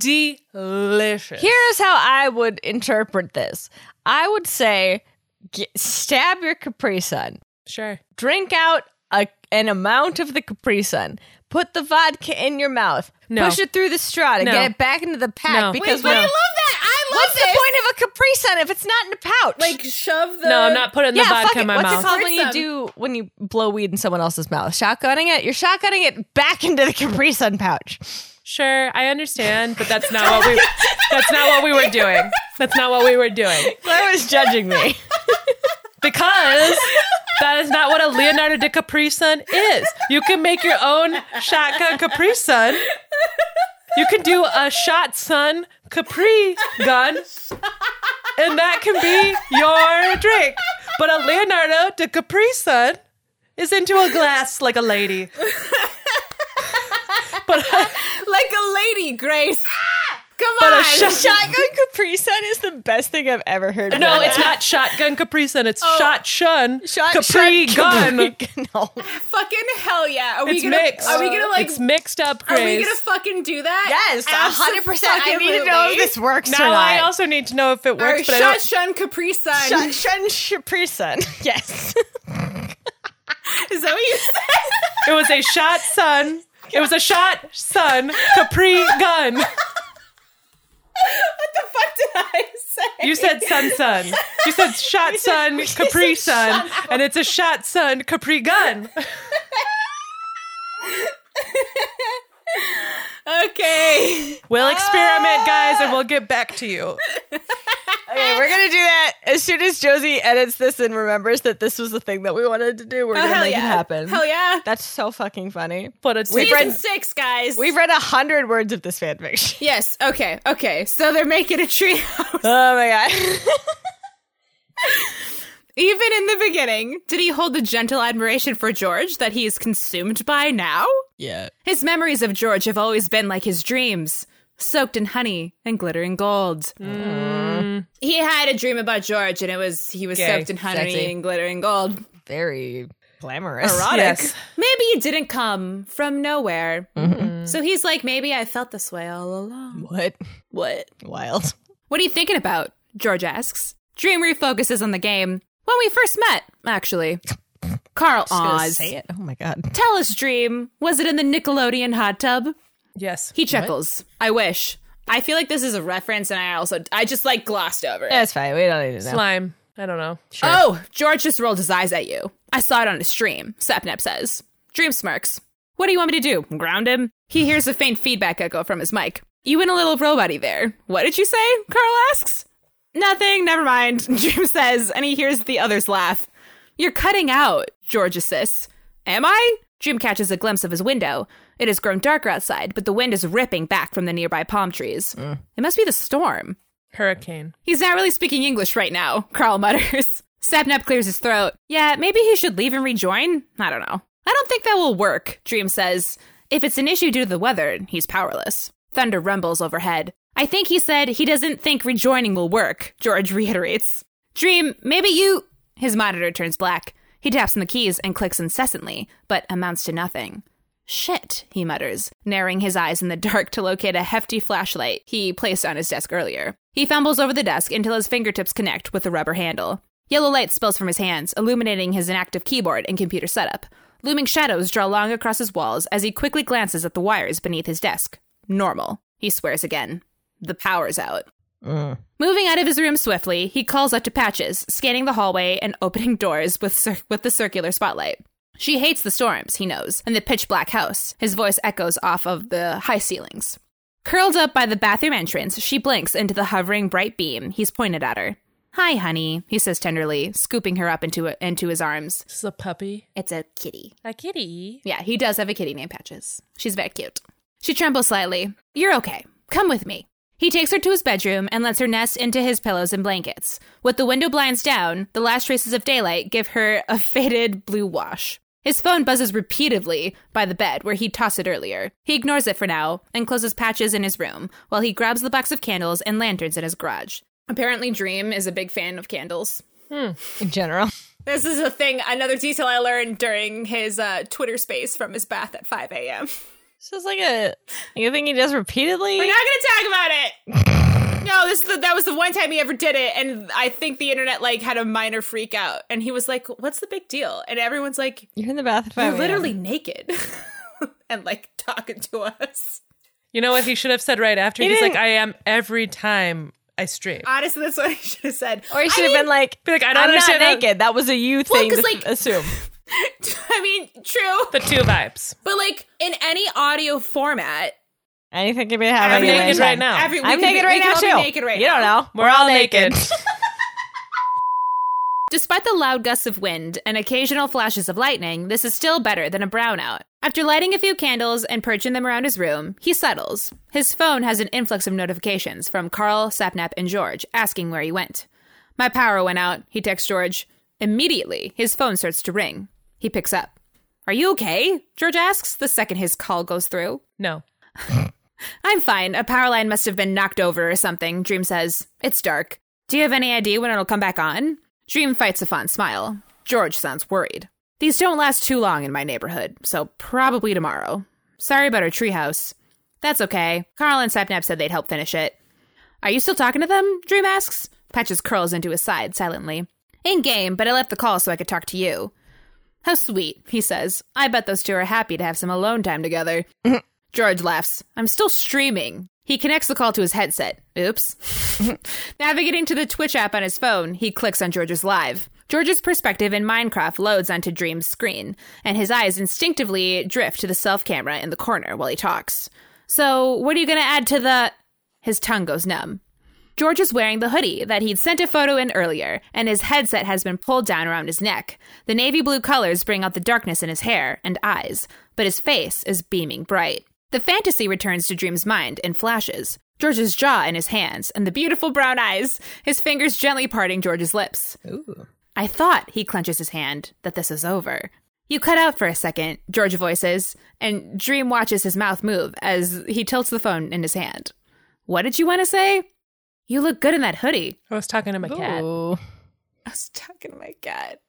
Speaker 4: delicious.
Speaker 3: Here's how I would interpret this. I would say g stab your Capri Sun.
Speaker 4: Sure.
Speaker 3: drink out a, an amount of the Capri Sun, put the vodka in your mouth,
Speaker 4: No.
Speaker 3: push it through the straw to
Speaker 4: No.
Speaker 3: get it back into the pack.
Speaker 4: No.
Speaker 3: Because
Speaker 4: Wait, but I
Speaker 3: what-
Speaker 4: love
Speaker 2: that. I love
Speaker 3: what's the point of a Capri Sun if it's not in a pouch?
Speaker 2: Like shove the.
Speaker 4: No, I'm not putting
Speaker 3: yeah,
Speaker 4: the
Speaker 3: fuck
Speaker 4: vodka
Speaker 3: it.
Speaker 4: in my
Speaker 3: what's it
Speaker 4: mouth.
Speaker 3: called when you
Speaker 2: Capri
Speaker 3: do when you blow weed in someone else's mouth? Shotgunning it. You're shotgunning it back into the Capri Sun pouch.
Speaker 4: Sure, I understand, but that's not what we that's not what we were doing. That's not what we were doing.
Speaker 3: Claire was judging me.
Speaker 4: Because that is not what a Leonardo da Capri Sun is. You can make your own shotgun Capri Sun. You can do a shot sun Capri gun. And that can be your drink. But a Leonardo da Capri Sun is into a glass like a lady. But
Speaker 2: like a lady, Grace. Come
Speaker 4: Ah! But a
Speaker 2: on.
Speaker 4: shot-
Speaker 3: Shotgun Capri Sun is the best thing I've ever heard. in my
Speaker 4: no,
Speaker 3: life.
Speaker 4: it's not shotgun Capri Sun. It's shot shun
Speaker 3: Oh. Shot-
Speaker 4: Capri
Speaker 3: shot-
Speaker 4: gun.
Speaker 3: Capri- no.
Speaker 2: fucking hell yeah. Are we
Speaker 4: It's
Speaker 2: gonna?
Speaker 4: mixed.
Speaker 2: Are we gonna like?
Speaker 4: It's mixed up,
Speaker 2: Are
Speaker 4: Grace.
Speaker 2: we gonna fucking do that?
Speaker 3: Yes, hundred percent. I need to know if this works or
Speaker 4: Now
Speaker 3: not.
Speaker 4: I also need to know if it
Speaker 2: Or
Speaker 4: works, but
Speaker 2: shut
Speaker 4: I don't.
Speaker 2: shun Capri Sun.
Speaker 3: Shun Shun Capri Sun. Yes.
Speaker 2: Is that what you said?
Speaker 4: It was a shot sun. It was a shot sun Capri gun.
Speaker 2: what the fuck did I say?
Speaker 4: You said sun sun. You said shot sun Capri sun, and it's a shot sun Capri gun.
Speaker 2: Okay.
Speaker 4: We'll experiment, guys, and we'll get back to you.
Speaker 3: okay, we're gonna do that as soon as Josie edits this and remembers that this was the thing that we wanted to do. We're gonna
Speaker 2: Oh, hell
Speaker 3: make
Speaker 2: yeah.
Speaker 3: it happen.
Speaker 2: Hell yeah.
Speaker 3: That's so fucking funny.
Speaker 4: But it's
Speaker 3: We've
Speaker 2: Season
Speaker 3: read
Speaker 2: six, guys.
Speaker 3: we've read a hundred words of this fanfiction.
Speaker 2: yes. Okay. Okay. So they're making a treehouse.
Speaker 3: Oh my god.
Speaker 2: Even in the beginning, did he hold the gentle admiration for George that he is consumed by now?
Speaker 3: yeah.
Speaker 2: His memories of George have always been like his dreams, soaked in honey and glittering gold.
Speaker 4: Mm.
Speaker 2: He had a dream about George, and it was he was
Speaker 4: Gay.
Speaker 2: soaked in honey
Speaker 3: Sexy.
Speaker 2: and glittering gold.
Speaker 3: Very glamorous.
Speaker 4: Yes.
Speaker 2: Maybe he didn't come from nowhere.
Speaker 3: Mm-hmm.
Speaker 2: So he's like, maybe I felt this way all along.
Speaker 3: What?
Speaker 2: What?
Speaker 3: Wild.
Speaker 2: What are you thinking about? George asks. Dream refocuses on the game. When we first met, actually. Carl
Speaker 3: Gonna
Speaker 2: Oz.
Speaker 3: Say it. Oh my god.
Speaker 2: Tell us, Dream. Was it in the Nickelodeon hot tub?
Speaker 4: Yes.
Speaker 2: He chuckles. I wish. I feel like this is a reference, and I also I just like glossed over it.
Speaker 3: That's fine. We don't need to know.
Speaker 4: Slime. I don't know.
Speaker 2: Oh, George just rolled his eyes at you. I saw it on his stream, Sapnep says. Dream smirks. What do you want me to do? Ground him? He hears a faint feedback echo from his mic. You went a little robot there. What did you say? Carl asks. Nothing, never mind, Dream says, and he hears the others laugh. You're cutting out, George assists. Am I? Dream catches a glimpse of his window. It has grown darker outside, but the wind is ripping back from the nearby palm trees. It must be the storm.
Speaker 4: Hurricane.
Speaker 2: He's not really speaking English right now, Carl mutters. Sapnap clears his throat. Yeah, maybe he should leave and rejoin? I don't know. I don't think that will work, Dream says. If it's an issue due to the weather, he's powerless. Thunder rumbles overhead. I think he said he doesn't think rejoining will work, George reiterates. Dream, maybe you. His monitor turns black. He taps on the keys and clicks incessantly, but amounts to nothing. Shit, he mutters, narrowing his eyes in the dark to locate a hefty flashlight he placed on his desk earlier. He fumbles over the desk until his fingertips connect with the rubber handle. Yellow light spills from his hands, illuminating his inactive keyboard and computer setup. Looming shadows draw long across his walls as he quickly glances at the wires beneath his desk. Normal, he swears again. The power's out. Moving out of his room swiftly, he calls up to Patches, scanning the hallway and opening doors with, cir- with the circular spotlight. She hates the storms, he knows, and the pitch black house. His voice echoes off of the high ceilings. Curled up by the bathroom entrance, she blinks into the hovering bright beam he's pointed at her. Hi, honey, he says tenderly, scooping her up into, into his arms.
Speaker 4: This is a puppy.
Speaker 2: It's a kitty.
Speaker 4: A kitty.
Speaker 2: Yeah, he does have a kitty named Patches. She's very cute. She trembles slightly. You're okay. Come with me. He takes her to his bedroom and lets her nest into his pillows and blankets. With the window blinds down, the last traces of daylight give her a faded blue wash. His phone buzzes repeatedly by the bed where he tossed it earlier. He ignores it for now and closes patches in his room while he grabs the box of candles and lanterns in his garage. Apparently, Dream is a big fan of candles.
Speaker 3: In general.
Speaker 2: This is a thing, another detail I learned during his uh, Twitter space from his bath at 5 a.m.
Speaker 3: This is like a you think he does repeatedly?
Speaker 2: We're not going to talk about it. No, this is the, that was the one time he ever did it, and I think the internet like had a minor freak out, and he was like, "What's the big deal?" And everyone's like,
Speaker 3: You're in the bath at
Speaker 2: "You're
Speaker 3: 5 a.m.
Speaker 2: literally naked and like talking to us."
Speaker 4: You know what he should have said right after? He's like, I am every time I stream.
Speaker 2: Honestly, that's what I should have said.
Speaker 3: Or he should have been like,
Speaker 4: Be like, I don't
Speaker 3: I'm not
Speaker 4: understand how-
Speaker 3: naked. that was a you thing
Speaker 2: 'cause,
Speaker 3: to
Speaker 2: like-
Speaker 3: assume.
Speaker 2: I mean, true,
Speaker 4: the two vibes.
Speaker 2: but like in any audio format,
Speaker 3: Anything can be happening.
Speaker 4: I'm naked
Speaker 3: anytime.
Speaker 4: right now.
Speaker 2: every, we
Speaker 3: I'm
Speaker 2: could be-
Speaker 3: naked
Speaker 2: we
Speaker 3: right
Speaker 2: could
Speaker 3: now
Speaker 2: all be
Speaker 3: too.
Speaker 2: Naked right
Speaker 3: you
Speaker 2: now.
Speaker 3: don't know.
Speaker 4: We're all naked.
Speaker 2: Despite the loud gusts of wind and occasional flashes of lightning, this is still better than a brownout. After lighting a few candles and perching them around his room, he settles. His phone has an influx of notifications from Carl, Sapnap, and George asking where he went. My power went out, he texts George. Immediately, his phone starts to ring. He picks up. Are you okay? George asks the second his call goes through.
Speaker 4: No.
Speaker 2: I'm fine. A power line must have been knocked over or something, Dream says. It's dark. Do you have any idea when it'll come back on? Dream fights a fond smile. George sounds worried. These don't last too long in my neighborhood, so probably tomorrow. Sorry about our treehouse. That's okay. Carl and Sapnap said they'd help finish it. Are you still talking to them? Dream asks. Patches curls into his side silently. In game, but I left the call so I could talk to you. How sweet, he says. I bet those two are happy to have some alone time together. George laughs. I'm still streaming. He connects the call to his headset. Oops. Navigating to the Twitch app on his phone, he clicks on George's live. George's perspective in Minecraft loads onto Dream's screen, and his eyes instinctively drift to the self camera in the corner while he talks. So, what are you going to add to the. His tongue goes numb. George is wearing the hoodie that he'd sent a photo in earlier, and his headset has been pulled down around his neck. The navy blue colors bring out the darkness in his hair and eyes, but his face is beaming bright. The fantasy returns to Dream's mind in flashes. George's jaw in his hands, and the beautiful brown eyes, his fingers gently parting George's lips. I thought, he clenches his hand, that this is over. You cut out for a second, George voices, and Dream watches his mouth move as he tilts the phone in his hand. What did you want to say? You look good in that hoodie.
Speaker 4: I was talking to my cat.
Speaker 3: Ooh.
Speaker 2: I was talking to my cat.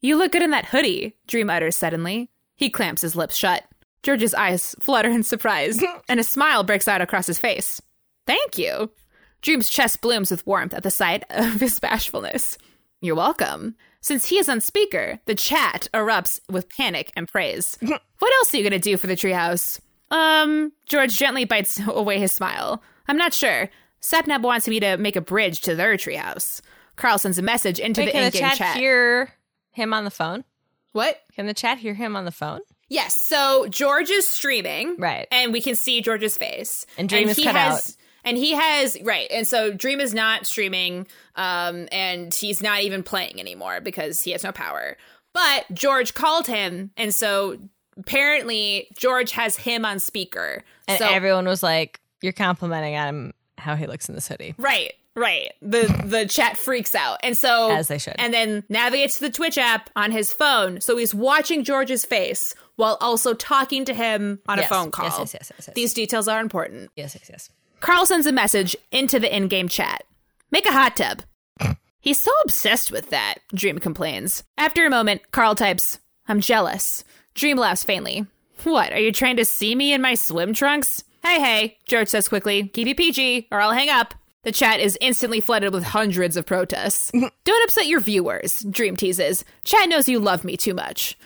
Speaker 2: You look good in that hoodie, Dream utters suddenly. He clamps his lips shut. George's eyes flutter in surprise, and a smile breaks out across his face. Thank you. Dream's chest blooms with warmth at the sight of his bashfulness. You're welcome. Since he is on speaker, the chat erupts with panic and praise. what else are you going to do for the treehouse? Um, George gently bites away his smile. I'm not sure. Sapnap wants me to make a bridge to their treehouse. Carl sends a message into
Speaker 6: Wait,
Speaker 2: the
Speaker 6: can the
Speaker 2: in-game
Speaker 6: chat,
Speaker 2: chat.
Speaker 6: hear him on the phone?
Speaker 2: What?
Speaker 6: Can the chat hear him on the phone?
Speaker 2: Yes. So George is streaming,
Speaker 6: Right.
Speaker 2: And we can see George's face.
Speaker 6: And Dream is
Speaker 2: he
Speaker 6: cut
Speaker 2: has,
Speaker 6: out.
Speaker 2: And he has right. And so Dream is not streaming, um, and he's not even playing anymore because he has no power. But George called him, and so apparently George has him on speaker.
Speaker 6: And
Speaker 2: so
Speaker 6: everyone was like, "You're complimenting on him how he looks in this hoodie."
Speaker 2: Right, right. The the chat freaks out. And so
Speaker 6: As they should.
Speaker 2: And then navigates to the Twitch app on his phone. So he's watching George's face while also talking to him on
Speaker 6: Yes,
Speaker 2: a phone call.
Speaker 6: yes, yes, yes, yes, yes.
Speaker 2: These details are important.
Speaker 6: Yes, yes, yes.
Speaker 2: Carl sends a message into the in-game chat. Make a hot tub. He's so obsessed with that, Dream complains. After a moment, Carl types, I'm jealous. Dream laughs faintly. What, are you trying to see me in my swim trunks? Hey, hey, George says quickly, keep it PG or I'll hang up. The chat is instantly flooded with hundreds of protests. Don't upset your viewers, Dream teases. Chat knows you love me too much.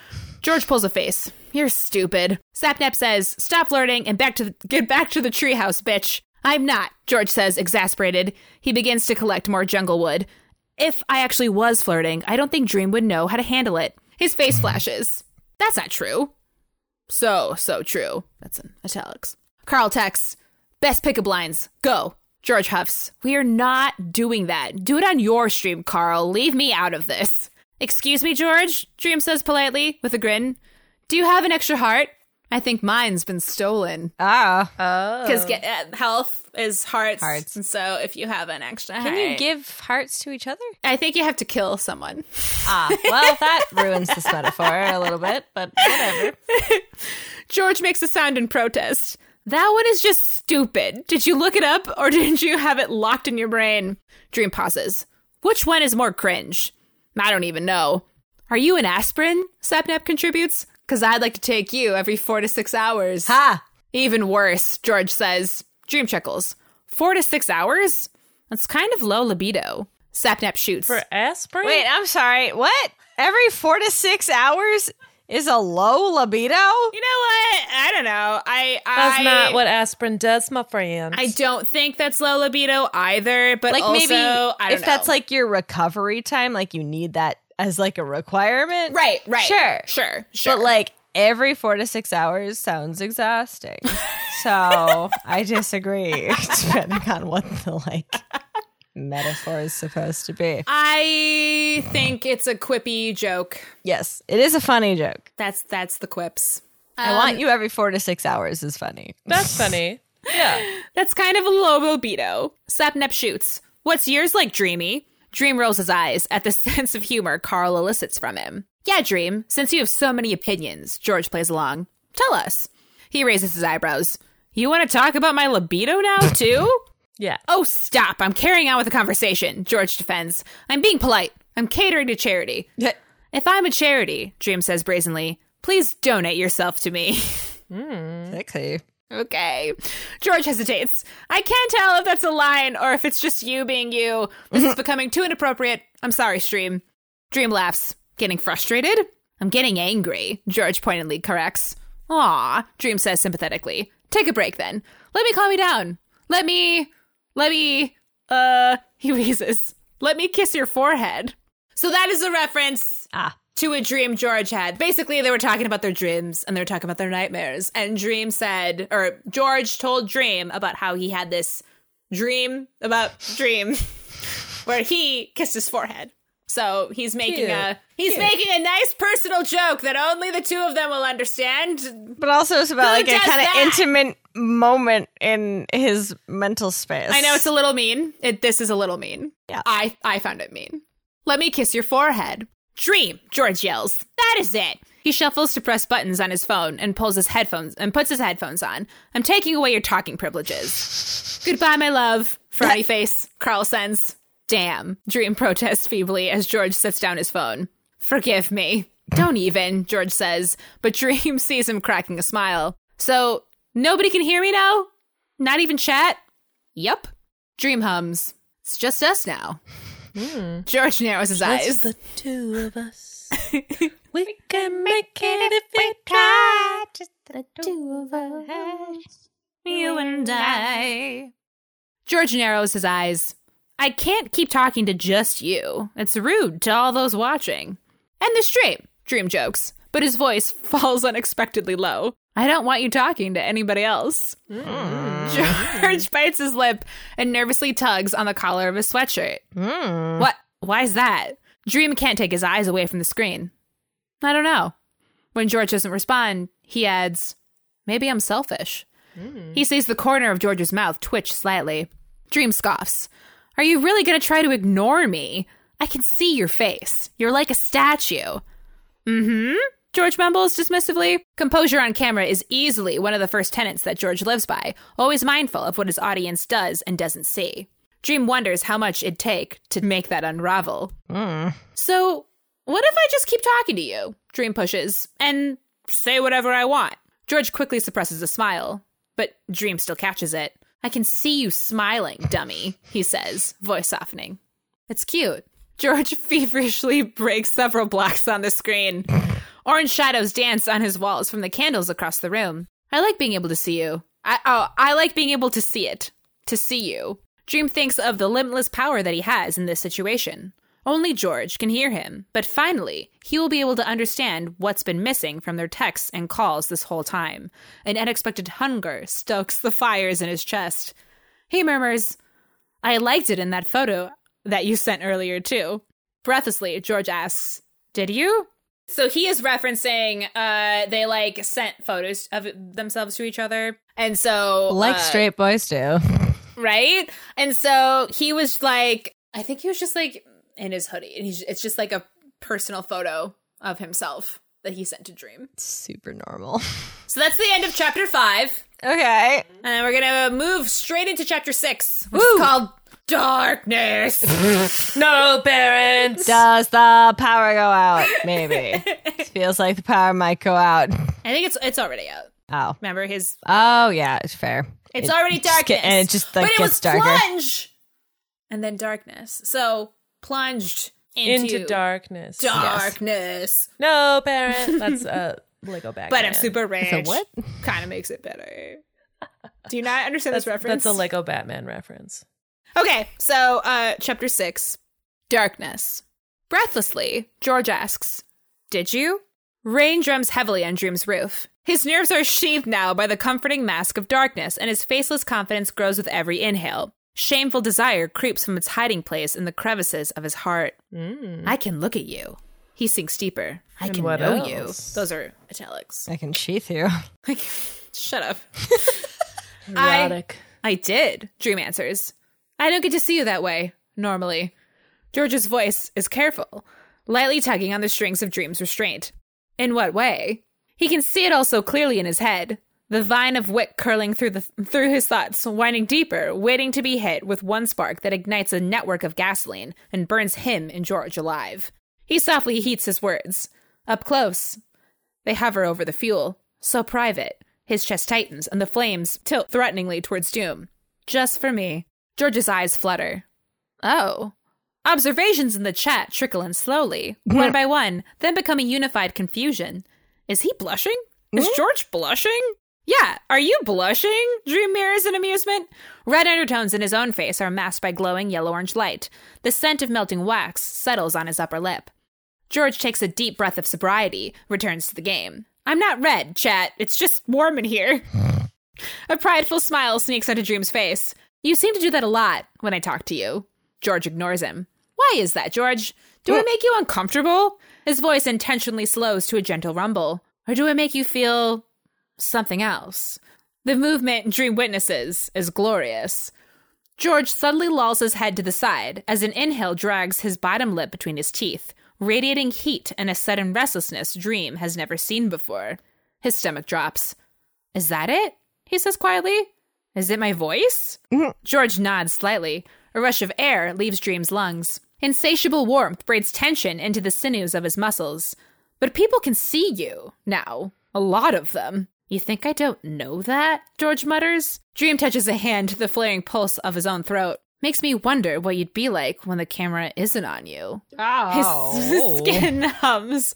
Speaker 2: George pulls a face. You're stupid. Sapnap says, "Stop flirting and back to the, get back to the treehouse, bitch." I'm not, George says, exasperated. He begins to collect more jungle wood. If I actually was flirting, I don't think Dream would know how to handle it. His face flashes. That's not true. So, so true. That's in italics. Carl texts, "Best pick of blinds. Go." George huffs, "We are not doing that. Do it on your stream, Carl. Leave me out of this." Excuse me, George, Dream says politely, with a grin. Do you have an extra heart? I think mine's been stolen.
Speaker 6: Ah,
Speaker 2: Because uh, health is hearts.
Speaker 6: Hearts.
Speaker 2: And so if you have an extra
Speaker 6: can
Speaker 2: heart.
Speaker 6: you give hearts to each other?
Speaker 2: I think you have to kill someone.
Speaker 6: Ah, well, that ruins this metaphor a little bit, but whatever.
Speaker 2: George makes a sound in protest. That one is just stupid. Did you look it up or did you have it locked in your brain? Dream pauses. Which one is more cringe? I don't even know. Are you an aspirin? Sapnap contributes. Because I'd like to take you every four to six hours.
Speaker 6: Ah.
Speaker 1: Ha!
Speaker 2: Even worse, George says. Dream chuckles. Four to six hours? That's kind of low libido. Sapnap shoots.
Speaker 4: For aspirin?
Speaker 6: Wait, I'm sorry. What? Every four to six hours is a low libido?
Speaker 2: you know what? I don't know. I, I
Speaker 4: That's not what aspirin does, my friend.
Speaker 2: I don't think that's low libido either. But
Speaker 6: Like
Speaker 2: also,
Speaker 6: maybe
Speaker 2: I don't
Speaker 6: if that's
Speaker 2: know.
Speaker 6: like your recovery time, like you need that as like a requirement.
Speaker 2: right, right,
Speaker 6: Sure.
Speaker 2: sure, sure.
Speaker 6: But like every four to six hours sounds exhausting. so I disagree, depending on what the like metaphor is supposed to be.
Speaker 2: I think it's a quippy joke.
Speaker 6: Yes, it is a funny joke.
Speaker 2: That's that's the quips.
Speaker 6: I
Speaker 2: Um,
Speaker 6: want you every four to six hours is funny.
Speaker 4: That's funny. Yeah.
Speaker 2: That's kind of a low libido. Sapnep shoots. What's yours like, Dreamy? Dream rolls his eyes at the sense of humor Carl elicits from him. Yeah, Dream, since you have so many opinions, George plays along. Tell us. He raises his eyebrows. You want to talk about my libido now, too?
Speaker 4: Yeah.
Speaker 2: Oh, stop. I'm carrying on with the conversation, George defends. I'm being polite. I'm catering to charity. if I'm a charity, Dream says brazenly, please donate yourself to me. Mm-hmm.
Speaker 6: Sexy.
Speaker 2: Okay. George hesitates. I can't tell if that's a line or if it's just you being you. This is becoming too inappropriate. I'm sorry, Stream. Dream laughs. Getting frustrated? I'm getting angry, George pointedly corrects. Aw, Dream says sympathetically. Take a break then. Let me calm you down. Let me. Let me. Uh, he wheezes. Let me kiss your forehead. So that is a reference ah, to a dream George had. Basically, they were talking about their dreams and they were talking about their nightmares. And Dream said, or George told Dream about how he had this dream about Dream where he kissed his forehead. So he's making a he's making a nice personal joke that only the two of them will understand.
Speaker 6: But also it's about like a
Speaker 2: does
Speaker 6: kind of
Speaker 2: that?
Speaker 6: intimate moment in his mental space.
Speaker 2: I know it's a little mean. It, this is a little mean.
Speaker 6: Yeah.
Speaker 2: I I found it mean. Let me kiss your forehead. Dream, George yells. That is it. He shuffles to press buttons on his phone and pulls his headphones and puts his headphones on. I'm taking away your talking privileges. Goodbye, my love. Frowny face. Carl sends. Damn. Dream protests feebly as George sets down his phone. Forgive me. Don't even, George says, but Dream sees him cracking a smile. So, nobody can hear me now? Not even chat? Yep. Dream hums. It's just us now. George narrows his eyes.
Speaker 4: It's the two of us. we can make it if we try.
Speaker 2: you and I. George narrows his eyes. I can't keep talking to just you. It's rude to all those watching. And the stream, Dream jokes, but his voice falls unexpectedly low. I don't want you talking to anybody else. George bites his lip and nervously tugs on the collar of his sweatshirt. What? Why's that? Dream can't take his eyes away from the screen. I don't know. When George doesn't respond, he adds, Maybe I'm selfish. He sees the corner of George's mouth twitch slightly. Dream scoffs. Are you really going to try to ignore me? I can see your face. You're like a statue. Mm hmm. George mumbles dismissively. Composure on camera is easily one of the first tenets that George lives by, always mindful of what his audience does and doesn't see. Dream wonders how much it'd take to make that unravel. So, what if I just keep talking to you? Dream pushes, and say whatever I want. George quickly suppresses a smile, but Dream still catches it. I can see you smiling, dummy, he says, voice softening. It's cute. George feverishly breaks several blocks on the screen. Orange shadows dance on his walls from the candles across the room. I like being able to see you. I oh, I like being able to see it. To see you. Dream thinks of the limitless power that he has in this situation. Only George can hear him, but finally, he will be able to understand what's been missing from their texts and calls this whole time. An unexpected hunger stokes the fires in his chest. He murmurs, I liked it in that photo that you sent earlier, too. Breathlessly, George asks, Did you? So he is referencing uh they like sent photos of themselves to each other. And so
Speaker 6: like
Speaker 2: uh,
Speaker 6: straight boys do.
Speaker 2: right? And so he was like, I think he was just like in his hoodie, and he's it's just like a personal photo of himself that he sent to Dream.
Speaker 6: Super normal.
Speaker 2: So that's the end of chapter five,
Speaker 6: Okay.
Speaker 2: and then we're gonna move straight into chapter six, which is called darkness.
Speaker 4: No, parents.
Speaker 6: Does the power go out? Maybe. It feels like the power might go out.
Speaker 2: I think it's it's already out.
Speaker 6: Oh.
Speaker 2: Remember his?
Speaker 6: Oh, yeah, it's fair.
Speaker 2: It's
Speaker 6: It
Speaker 2: already
Speaker 6: just
Speaker 2: darkness,
Speaker 6: get- and it just, like,
Speaker 2: but it
Speaker 6: gets
Speaker 2: was
Speaker 6: darker.
Speaker 2: plunge, and then darkness. So plunged into,
Speaker 4: Into darkness.
Speaker 2: darkness.
Speaker 4: No, parent. That's uh, Lego back.
Speaker 2: But I'm super rich.
Speaker 6: what?
Speaker 2: Kind of makes it better. Do you not understand
Speaker 4: That's,
Speaker 2: this reference?
Speaker 4: that's a Lego Batman reference.
Speaker 2: Okay, so uh chapter 6, darkness. Breathlessly, George asks, "Did you?" Rain drums heavily on Dream's roof. His nerves are sheathed now by the comforting mask of darkness, and his faceless confidence grows with every inhale. Shameful desire creeps from its hiding place in the crevices of his heart. I can look at you. He sinks deeper. I can
Speaker 4: what
Speaker 2: know
Speaker 4: else?
Speaker 2: you. Those are italics.
Speaker 6: I can sheath you.
Speaker 2: Shut up. I I did, Dream answers. I don't get to see you that way, normally. George's voice is careful, lightly tugging on the strings of Dream's restraint. In what way? He can see it all so clearly in his head. The vine of wick curling through the through his thoughts, winding deeper, waiting to be hit with one spark that ignites a network of gasoline and burns him and George alive. He softly heats his words. Up close, they hover over the fuel, so private. His chest tightens, and the flames tilt threateningly towards doom. Just for me. George's eyes flutter. Oh. Observations in the chat trickle in slowly, one by one, then become a unified confusion. Is he blushing? Is George blushing? Yeah, are you blushing? Dream mirrors in amusement. Red undertones in his own face are masked by glowing yellow orange light. The scent of melting wax settles on his upper lip. George takes a deep breath of sobriety, returns to the game. I'm not red, chat. It's just warm in here. a prideful smile sneaks onto Dream's face. You seem to do that a lot when I talk to you. George ignores him. Why is that, George? Do I make you uncomfortable? His voice intentionally slows to a gentle rumble. Or do I make you feel something else? The movement Dream witnesses is glorious. George suddenly lolls his head to the side as an inhale drags his bottom lip between his teeth, radiating heat and a sudden restlessness Dream has never seen before. His stomach drops. Is that it? He says quietly. Is it my voice? George nods slightly. A rush of air leaves Dream's lungs. Insatiable warmth braids tension into the sinews of his muscles. But people can see you now. A lot of them. You think I don't know that? George mutters. Dream touches a hand to the flaring pulse of his own throat. Makes me wonder what you'd be like when the camera isn't on you. Oh.
Speaker 6: Oh.
Speaker 2: His skin hums.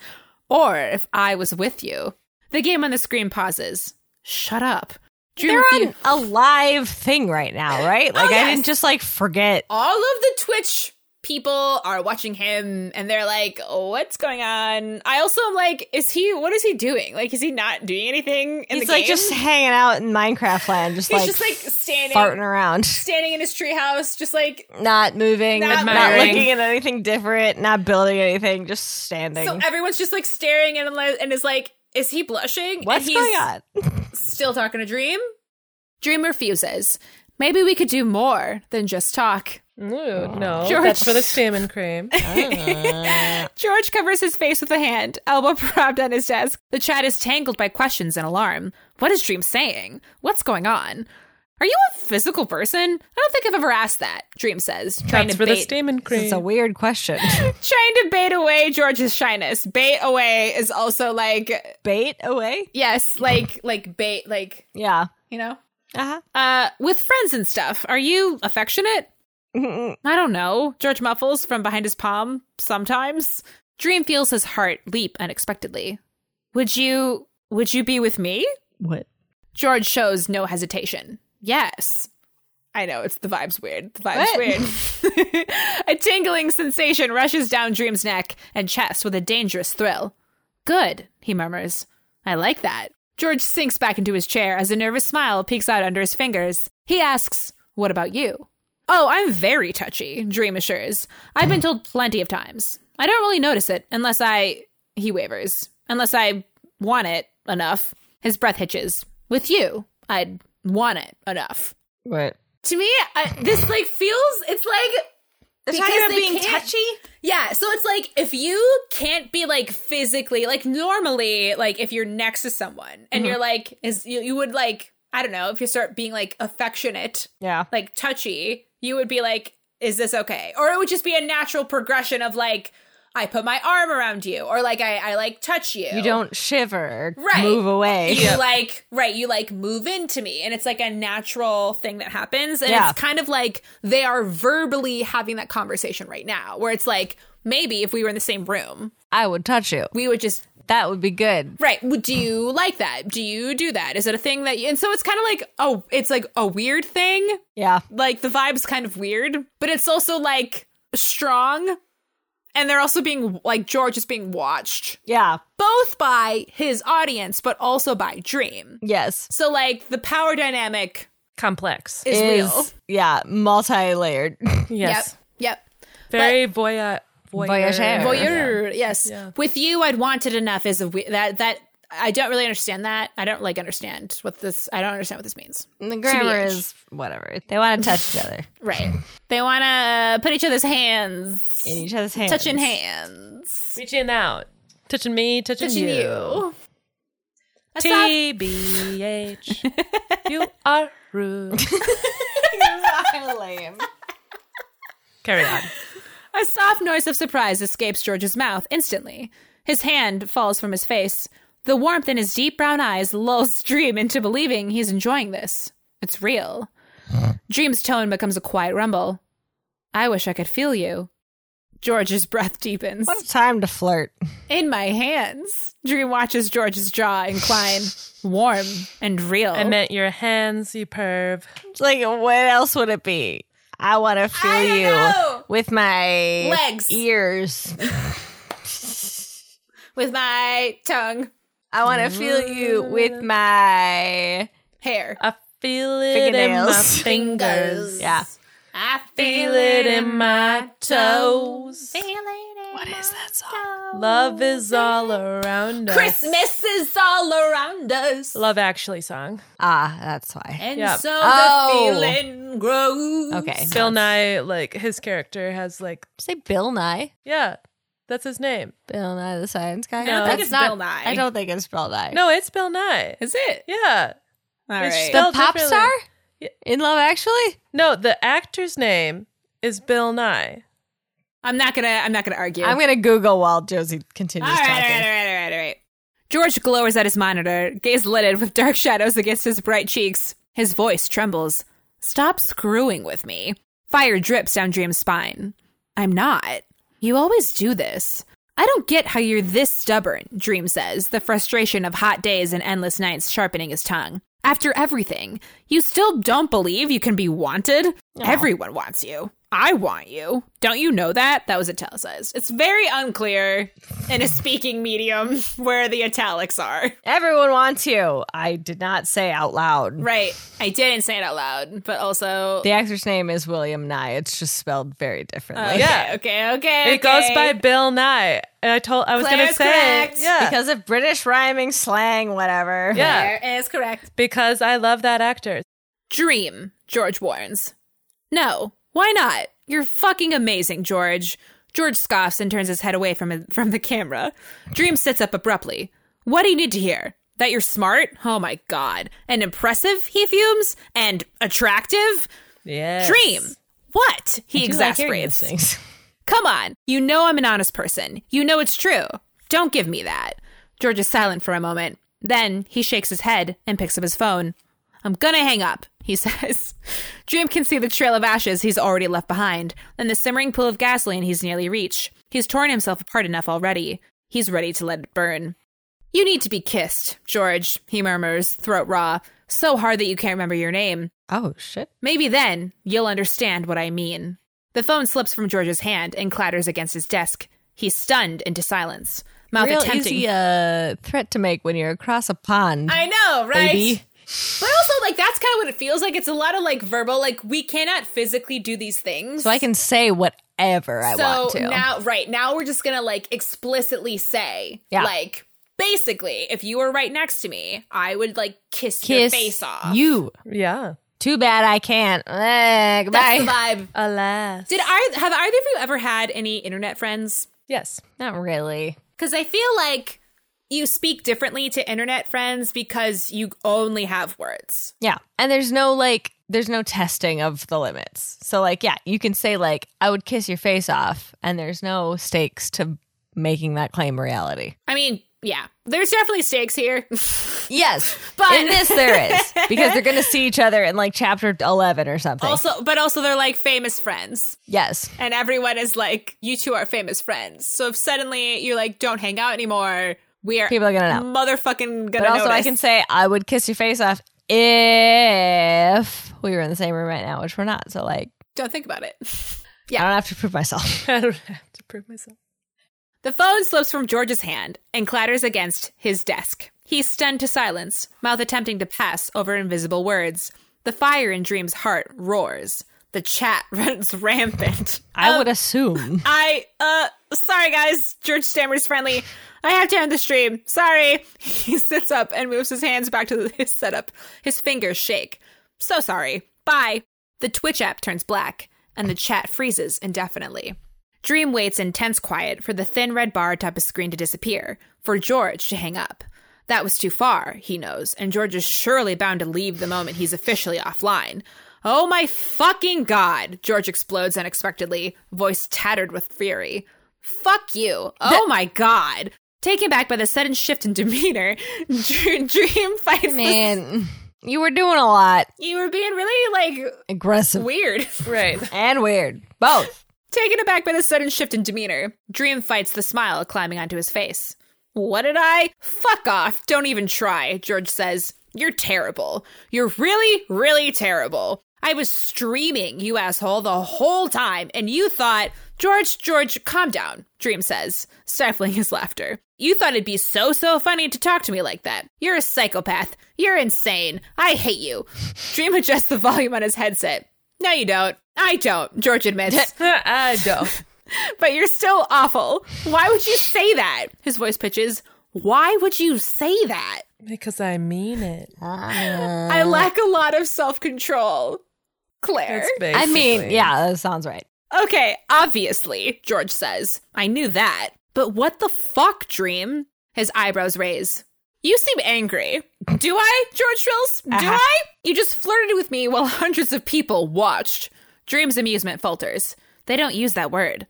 Speaker 2: Or if I was with you. The game on the screen pauses. Shut up. Dream
Speaker 6: They're
Speaker 2: refu-
Speaker 6: on a live thing right now, right? Like, I
Speaker 2: Oh, yes.
Speaker 6: didn't just, like, forget.
Speaker 2: all of the Twitch people are watching him and they're like, what's going on? I also am like, is he, what is he doing? Like, is he not doing anything in
Speaker 6: He's,
Speaker 2: the
Speaker 6: like,
Speaker 2: game?
Speaker 6: just hanging out in Minecraft land, just,
Speaker 2: He's
Speaker 6: like,
Speaker 2: just like standing,
Speaker 6: farting around.
Speaker 2: standing in his treehouse, just like,
Speaker 6: Not moving,
Speaker 2: Not
Speaker 6: not,
Speaker 2: admiring.
Speaker 6: looking at anything different, not building anything, just standing.
Speaker 2: so everyone's just like staring and, li- and is like, is he blushing?
Speaker 6: What's
Speaker 2: and he's
Speaker 6: going on?
Speaker 2: still talking to Dream? Dream refuses. Maybe we could do more than just talk.
Speaker 4: Ooh, no,
Speaker 2: George.
Speaker 4: that's for the salmon cream.
Speaker 2: George covers his face with a hand, elbow propped on his desk. The chat is tangled by questions and alarm. What is Dream saying? What's going on? Are you a physical person? I don't think I've ever asked that, Dream says, trying
Speaker 4: That's
Speaker 2: to
Speaker 4: for the
Speaker 2: bait
Speaker 4: salmon cream.
Speaker 2: Mm.
Speaker 6: It's a weird question.
Speaker 2: trying to bait away George's shyness. Bait away is also like
Speaker 6: Bait away?
Speaker 2: yes, like like bait like,
Speaker 6: Yeah.
Speaker 2: you know?
Speaker 6: Uh-huh.
Speaker 2: Uh with friends and stuff. Are you affectionate? I don't know. George muffles from behind his palm sometimes. Dream feels his heart leap unexpectedly. Would you would you be with me?
Speaker 6: What?
Speaker 2: George shows no hesitation. Yes. I know, it's the vibe's weird. The vibe's weird. a tingling sensation rushes down Dream's neck and chest with a dangerous thrill. Good, he murmurs. I like that. George sinks back into his chair as a nervous smile peeks out under his fingers. He asks, What about you? Oh, I'm very touchy, Dream assures. I've been told plenty of times. I don't really notice it unless I. He wavers. Unless I want it enough. His breath hitches. With you, I'd want it enough.
Speaker 6: What?
Speaker 2: To me, I, this like feels. It's like.
Speaker 6: They're
Speaker 2: Because they can't- Yeah, so it's like if you can't be like physically like normally like if you're next to someone and you're like is you, you would like I don't know if you start being like affectionate
Speaker 6: Yeah.
Speaker 2: like touchy you would be like Is this okay? Or it would just be a natural progression of like, I put my arm around you, or like I, I like touch you.
Speaker 3: You don't shiver, or
Speaker 2: Right.
Speaker 3: move away.
Speaker 2: You like right, you like move into me, and it's like a natural thing that happens, and
Speaker 3: Yeah.
Speaker 2: it's kind of like they are verbally having that conversation right now, where it's like maybe if we were in the same room,
Speaker 3: I would touch you.
Speaker 2: we would just
Speaker 3: That would be good.
Speaker 2: right. w- Do you like that? Do you do that? Is it a thing that? You, and so it's kind of like oh, it's like a weird thing.
Speaker 3: Yeah.
Speaker 2: Like the vibe's kind of weird, but it's also like strong, and they're also being like George is being watched
Speaker 3: Yeah.
Speaker 2: both by his audience, but also by Dream.
Speaker 3: Yes.
Speaker 2: So like the power dynamic
Speaker 4: Complex.
Speaker 2: is, real.
Speaker 3: Is yeah, multi-layered.
Speaker 4: Yes.
Speaker 2: Yep.
Speaker 4: Very voyeur. Voyeur.
Speaker 3: Voyeur.
Speaker 2: Voyeur. Yes. With you, I'd want it enough. Is a we- that that I don't really understand that. I don't like understand what this. I don't understand what this means.
Speaker 3: the grammar
Speaker 2: TBH.
Speaker 3: is whatever. They want to touch each other
Speaker 2: Right. they want to put each other's hands,
Speaker 3: in each other's hands.
Speaker 2: touching hands,
Speaker 4: Reaching out. Touching me, touching,
Speaker 2: touching you. That's not-
Speaker 4: TBH. you are rude.
Speaker 3: Lame.
Speaker 4: Carry on.
Speaker 2: A soft noise of surprise escapes George's mouth instantly. His hand falls from his face. The warmth in his deep brown eyes lulls Dream into believing he's enjoying this. It's real. Dream's tone becomes a quiet rumble. I wish I could feel you. George's breath deepens.
Speaker 3: What a time to flirt.
Speaker 2: In my hands. Dream watches George's jaw incline, warm and real.
Speaker 4: I meant your hands, you perv.
Speaker 3: It's Like, what else would it be? I want to feel
Speaker 2: don't
Speaker 3: you
Speaker 2: know.
Speaker 3: with my
Speaker 2: Legs.
Speaker 3: ears.
Speaker 2: With my tongue,
Speaker 3: I want to feel you with my
Speaker 2: hair.
Speaker 4: I feel it in my
Speaker 3: Fingernails.
Speaker 4: fingers.
Speaker 3: yeah.
Speaker 2: I
Speaker 4: Feel it in my toes.
Speaker 2: What is that song?
Speaker 4: Love is all around us.
Speaker 2: Christmas is all around us.
Speaker 4: Love Actually song.
Speaker 3: Ah, that's why.
Speaker 2: And
Speaker 4: Yep.
Speaker 2: so the
Speaker 3: Oh.
Speaker 2: feeling grows.
Speaker 3: Okay.
Speaker 4: Bill Nye, like his character has like,
Speaker 3: Say Bill Nye.
Speaker 4: yeah, that's his name.
Speaker 3: Bill Nye the Science Guy.
Speaker 2: don't think
Speaker 3: That's
Speaker 2: it's
Speaker 3: not-
Speaker 2: Bill Nye.
Speaker 3: I don't think it's Bill Nye.
Speaker 4: No, it's Bill Nye.
Speaker 2: Is it?
Speaker 4: Yeah.
Speaker 2: All
Speaker 4: It's
Speaker 2: right.
Speaker 4: spelled-
Speaker 3: the pop
Speaker 4: differently.
Speaker 3: star in Love Actually.
Speaker 4: No, the actor's name is Bill Nye.
Speaker 2: I'm not gonna. I'm not gonna argue.
Speaker 3: I'm gonna Google while Josie continues
Speaker 2: All right, all
Speaker 3: talking.
Speaker 2: right, all right, all right, all right. George glowers at his monitor, gaze lidded with dark shadows against his bright cheeks. His voice trembles. Stop screwing with me. Fire drips down Dream's spine. I'm not. You always do this. I don't get how you're this stubborn, Dream says, the frustration of hot days and endless nights sharpening his tongue. After everything, you still don't believe you can be wanted? Everyone wants you. I want you. Don't you know that? That was italicized. It's very unclear in a speaking medium where the italics are.
Speaker 3: Everyone wants you. I did not say out loud.
Speaker 2: Right. I didn't say it out loud, but also.
Speaker 3: The actor's name is William Nye. It's just spelled very differently.
Speaker 2: Okay,
Speaker 4: Yeah.
Speaker 2: Okay, okay.
Speaker 4: It goes
Speaker 2: okay.
Speaker 4: by Bill Nye. And I told I was going to
Speaker 2: Claire's
Speaker 4: say
Speaker 2: correct.
Speaker 4: yeah.
Speaker 3: Because of British rhyming, slang, whatever.
Speaker 4: yeah.
Speaker 2: There is correct.
Speaker 4: Because I love that actor.
Speaker 2: Dream, George warns. No, why not? You're fucking amazing, George. George scoffs and turns his head away from from the camera. Dream sits up abruptly. What do you need to hear? That you're smart? Oh my god. And impressive, he fumes, and attractive?
Speaker 4: Yeah.
Speaker 2: Dream. What? He
Speaker 3: You like hearing
Speaker 2: exasperates.
Speaker 3: those things.
Speaker 2: Come on. You know I'm an honest person. You know it's true. Don't give me that. George is silent for a moment. Then he shakes his head and picks up his phone. I'm gonna hang up, he says. Dream can see the trail of ashes he's already left behind and the simmering pool of gasoline he's nearly reached. He's torn himself apart enough already. He's ready to let it burn. You need to be kissed, George, he murmurs, throat raw, so hard that you can't remember your name.
Speaker 3: Oh shit.
Speaker 2: Maybe then you'll understand what I mean. The phone slips from George's hand and clatters against his desk. He's stunned into silence, mouth
Speaker 3: Real
Speaker 2: attempting.
Speaker 3: easy uh, threat to make when you're across a pond.
Speaker 2: I know, right?
Speaker 3: Baby.
Speaker 2: But also, like that's kind of what it feels like. It's a lot of like verbal. Like we cannot physically do these things.
Speaker 3: so I can say whatever I
Speaker 2: so
Speaker 3: want to.
Speaker 2: now, right now, we're just gonna like explicitly say,
Speaker 3: Yeah.
Speaker 2: like basically, if you were right next to me, I would like kiss, your
Speaker 3: Kiss
Speaker 2: face off.
Speaker 3: you.
Speaker 4: Yeah.
Speaker 3: Too bad I can't. Eh,
Speaker 2: that's the
Speaker 3: goodbye.
Speaker 2: vibe.
Speaker 4: Alas.
Speaker 2: Did I have either of you ever had any internet friends?
Speaker 4: Yes.
Speaker 3: Not really.
Speaker 2: Because I feel like you speak differently to internet friends because you only have words.
Speaker 3: Yeah. And there's no like
Speaker 6: there's no testing of the limits. So like yeah, you can say like I would kiss your face off and there's no stakes to making that claim reality.
Speaker 2: I mean, yeah, there's definitely stakes here.
Speaker 6: Yes. But in this there is because they're going to see each other in like chapter 11 or something.
Speaker 2: also, but also they're like famous friends,
Speaker 6: yes.
Speaker 2: and everyone is like, you two are famous friends. So if suddenly you like don't hang out anymore, we are
Speaker 6: People are going to know.
Speaker 2: motherfucking gonna.
Speaker 6: But also, I
Speaker 2: notice.
Speaker 6: can say I would kiss your face off if we were in the same room right now, which we're not. So, like,
Speaker 2: don't think about it.
Speaker 6: I don't have to prove myself.
Speaker 4: I don't have to prove myself.
Speaker 2: The phone slips from George's hand and clatters against his desk. He's stunned to silence, mouth attempting to pass over invisible words. The fire in Dream's heart roars. The chat runs rampant.
Speaker 6: I would assume.
Speaker 2: I, uh, sorry guys, George stammers friendly. I have to end the stream. Sorry. He sits up and moves his hands back to his setup. His fingers shake. So sorry. Bye. The Twitch app turns black and the chat freezes indefinitely. Dream waits in tense quiet for the thin red bar atop his screen to disappear, for George to hang up. That was too far, he knows, and George is surely bound to leave the moment he's officially offline. Oh my fucking god! George explodes unexpectedly, voice tattered with fury. Fuck you! Oh my god! Taken back by the sudden shift in demeanor, Dr- Dream fights. the-
Speaker 6: Man, you were doing a lot.
Speaker 2: you were being really like
Speaker 6: Aggressive
Speaker 2: weird.
Speaker 4: Right.
Speaker 6: and weird. Both.
Speaker 2: Taken aback by the sudden shift in demeanor, Dream fights the smile climbing onto his face. What did I? Fuck off. Don't even try, George says. You're terrible. You're really, really terrible. I was streaming, you asshole, the whole time, and you thought, George, George, calm down, Dream says, stifling his laughter. You thought it'd be so, so funny to talk to me like that. You're a psychopath. You're insane. I hate you. Dream adjusts the volume on his headset. No, you don't. I don't, George admits.
Speaker 4: I don't.
Speaker 2: but you're still awful. Why would you say that? His voice pitches. Why would you say that?
Speaker 4: Because I mean it.
Speaker 2: I lack a lot of self control. Claire.
Speaker 4: That's
Speaker 6: I mean,
Speaker 4: basically-
Speaker 6: yeah, that sounds right.
Speaker 2: Okay, obviously, George says. I knew that. But what the fuck, Dream? His eyebrows raise. You seem angry. Do I, George Trills? Do I? You just flirted with me while hundreds of people watched. Dream's amusement falters. They don't use that word.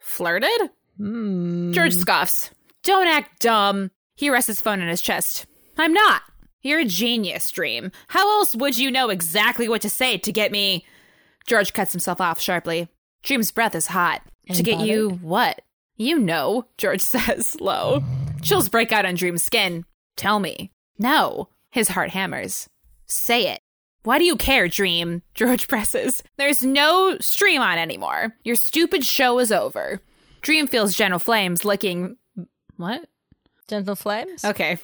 Speaker 2: Flirted? George scoffs. Don't act dumb. He rests his phone on his chest. I'm not. You're a genius, Dream. How else would you know exactly what to say to get me? George cuts himself off sharply. Dream's breath is hot. to get you what? You know, George says low. Chills break out on Dream's skin. Tell me. No. His heart hammers. Say it. Why do you care, Dream? George presses. There's no stream on anymore. Your stupid show is over. Dream feels gentle flames licking. What?
Speaker 6: Gentle flames?
Speaker 2: Okay.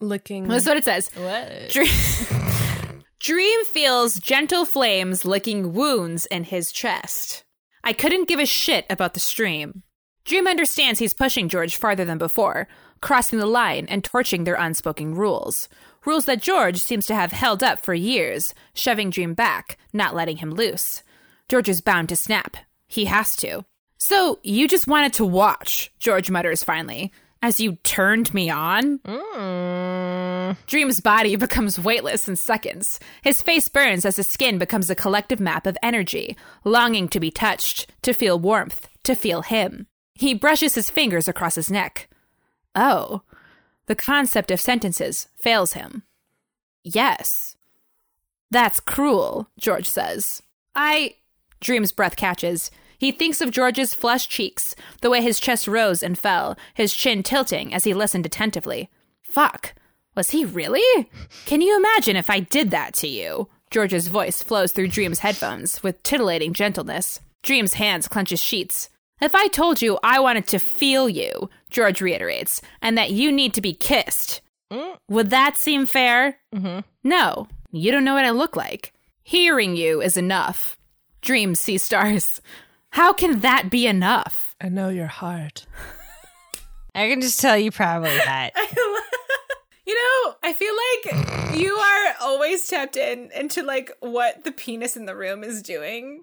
Speaker 4: Looking.
Speaker 2: That's what it says. What? Dream, Dream feels gentle flames licking wounds in his chest. I couldn't give a shit about the stream. Dream understands he's pushing George farther than before, crossing the line and torching their unspoken rules. Rules that George seems to have held up for years, shoving Dream back, not letting him loose. George is bound to snap. He has to. So, you just wanted to watch, George mutters finally, as you turned me on? Dream's body becomes weightless in seconds. His face burns as his skin becomes a collective map of energy, longing to be touched, to feel warmth, to feel him. He brushes his fingers across his neck. Oh. The concept of sentences fails him. Yes. That's cruel, George says. I. Dream's breath catches. He thinks of George's flushed cheeks, the way his chest rose and fell, his chin tilting as he listened attentively. Fuck. Was he really? Can you imagine if I did that to you? George's voice flows through Dream's headphones with titillating gentleness. Dream's hands clench his sheets. If I told you I wanted to feel you, George reiterates, and that you need to be kissed, would that seem fair? No, you don't know what I look like. Hearing you is enough. Dreams see stars. How can that be enough?
Speaker 4: I know your heart.
Speaker 6: I can just tell you probably that.
Speaker 2: You know, I feel like you are always tapped in into like what the penis in the room is doing.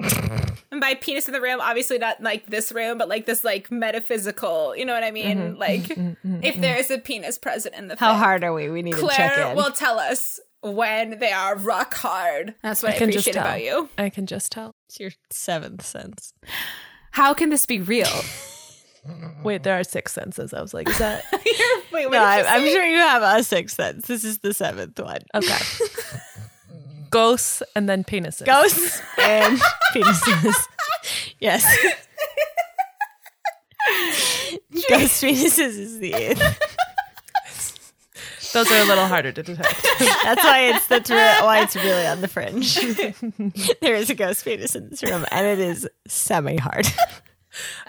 Speaker 2: and by penis in the room, obviously not like this room, but like this like metaphysical, you know what I mean? Mm-hmm. Like if there is a penis present in the
Speaker 6: How
Speaker 2: fic.
Speaker 6: hard are we? We need to check
Speaker 2: Claire
Speaker 6: in.
Speaker 2: will tell us when they are rock hard. That's what I,
Speaker 4: can just
Speaker 2: appreciate
Speaker 4: tell.
Speaker 2: about you.
Speaker 4: I can just tell.
Speaker 6: It's your seventh sense.
Speaker 2: How can this be real?
Speaker 4: Wait, there are six senses. I was like, is that
Speaker 6: Wait, no, I'm, I'm sure you have a sixth sense. This is the seventh one.
Speaker 4: okay? Ghosts and then penises.
Speaker 6: Ghosts and penises. Yes. Ghost penises is the eighth.
Speaker 4: Those are a little harder to detect.
Speaker 6: That's why it's that's re- why it's really on the fringe. there is a ghost penis in this room, and it is semi hard.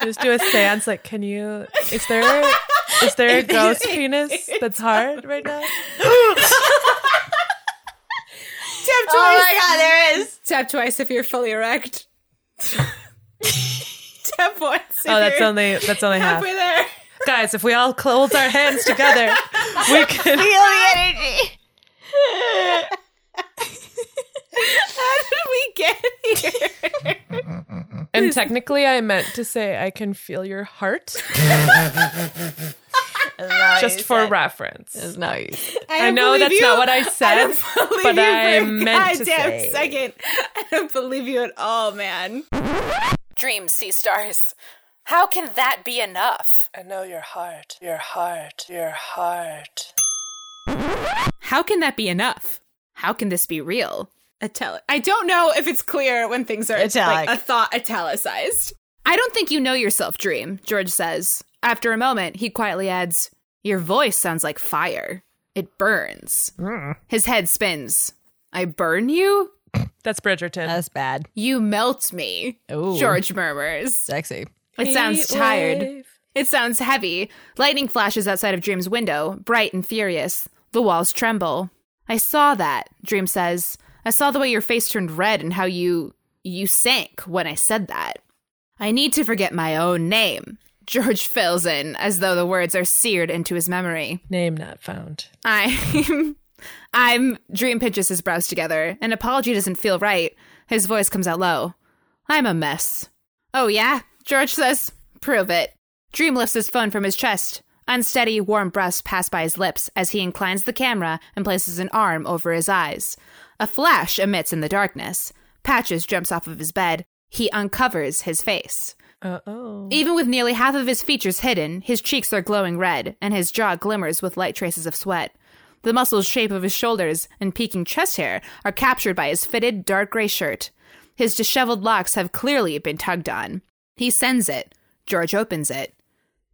Speaker 4: just do a seance. Like, can you? Is there? Is there a ghost penis that's hard right now?
Speaker 2: Tap twice. Oh my god, there is. Tap twice if you're fully erect. Tap once. If
Speaker 4: Oh, that's
Speaker 2: you're
Speaker 4: only that's only half.
Speaker 2: halfway there.
Speaker 4: Guys, if we all close our hands together, we
Speaker 6: Feel
Speaker 4: can.
Speaker 6: the energy.
Speaker 2: How did we get here?
Speaker 4: And technically, I meant to say I can feel your heart, just for reference.
Speaker 6: No,
Speaker 4: I, know that's not what I said, but I meant to say.
Speaker 2: second. I don't believe you at all, man. Dream sea stars. How can that be enough?
Speaker 4: I know your heart, your heart, your heart.
Speaker 2: How can that be enough? How can this be real? Italic. I don't know if it's clear when things are
Speaker 6: Italic.
Speaker 2: like a thought italicized. I don't think you know yourself, Dream, George says. After a moment, he quietly adds, Your voice sounds like fire. It burns. His head spins. I burn you?
Speaker 4: That's Bridgerton.
Speaker 6: that's bad.
Speaker 2: You melt me,
Speaker 6: Ooh.
Speaker 2: George murmurs.
Speaker 6: Sexy.
Speaker 2: It sounds tired. It sounds heavy. Lightning flashes outside of Dream's window, bright and furious. The walls tremble. I saw that, Dream says. I saw the way your face turned red and how you you sank when I said that. I need to forget my own name. George fills in as though the words are seared into his memory.
Speaker 4: Name not found.
Speaker 2: I'm I'm Dream pinches his brows together. An apology doesn't feel right. His voice comes out low. I'm a mess. Oh yeah? George says, prove it. Dream lifts his phone from his chest. Unsteady, warm breaths pass by his lips as he inclines the camera and places an arm over his eyes. A flash emits in the darkness. Patches jumps off of his bed. He uncovers his face.
Speaker 4: Uh oh.
Speaker 2: Even with nearly half of his features hidden, his cheeks are glowing red, and his jaw glimmers with light traces of sweat. The muscles shape of his shoulders and peaking chest hair are captured by his fitted dark gray shirt. His disheveled locks have clearly been tugged on. He sends it. George opens it.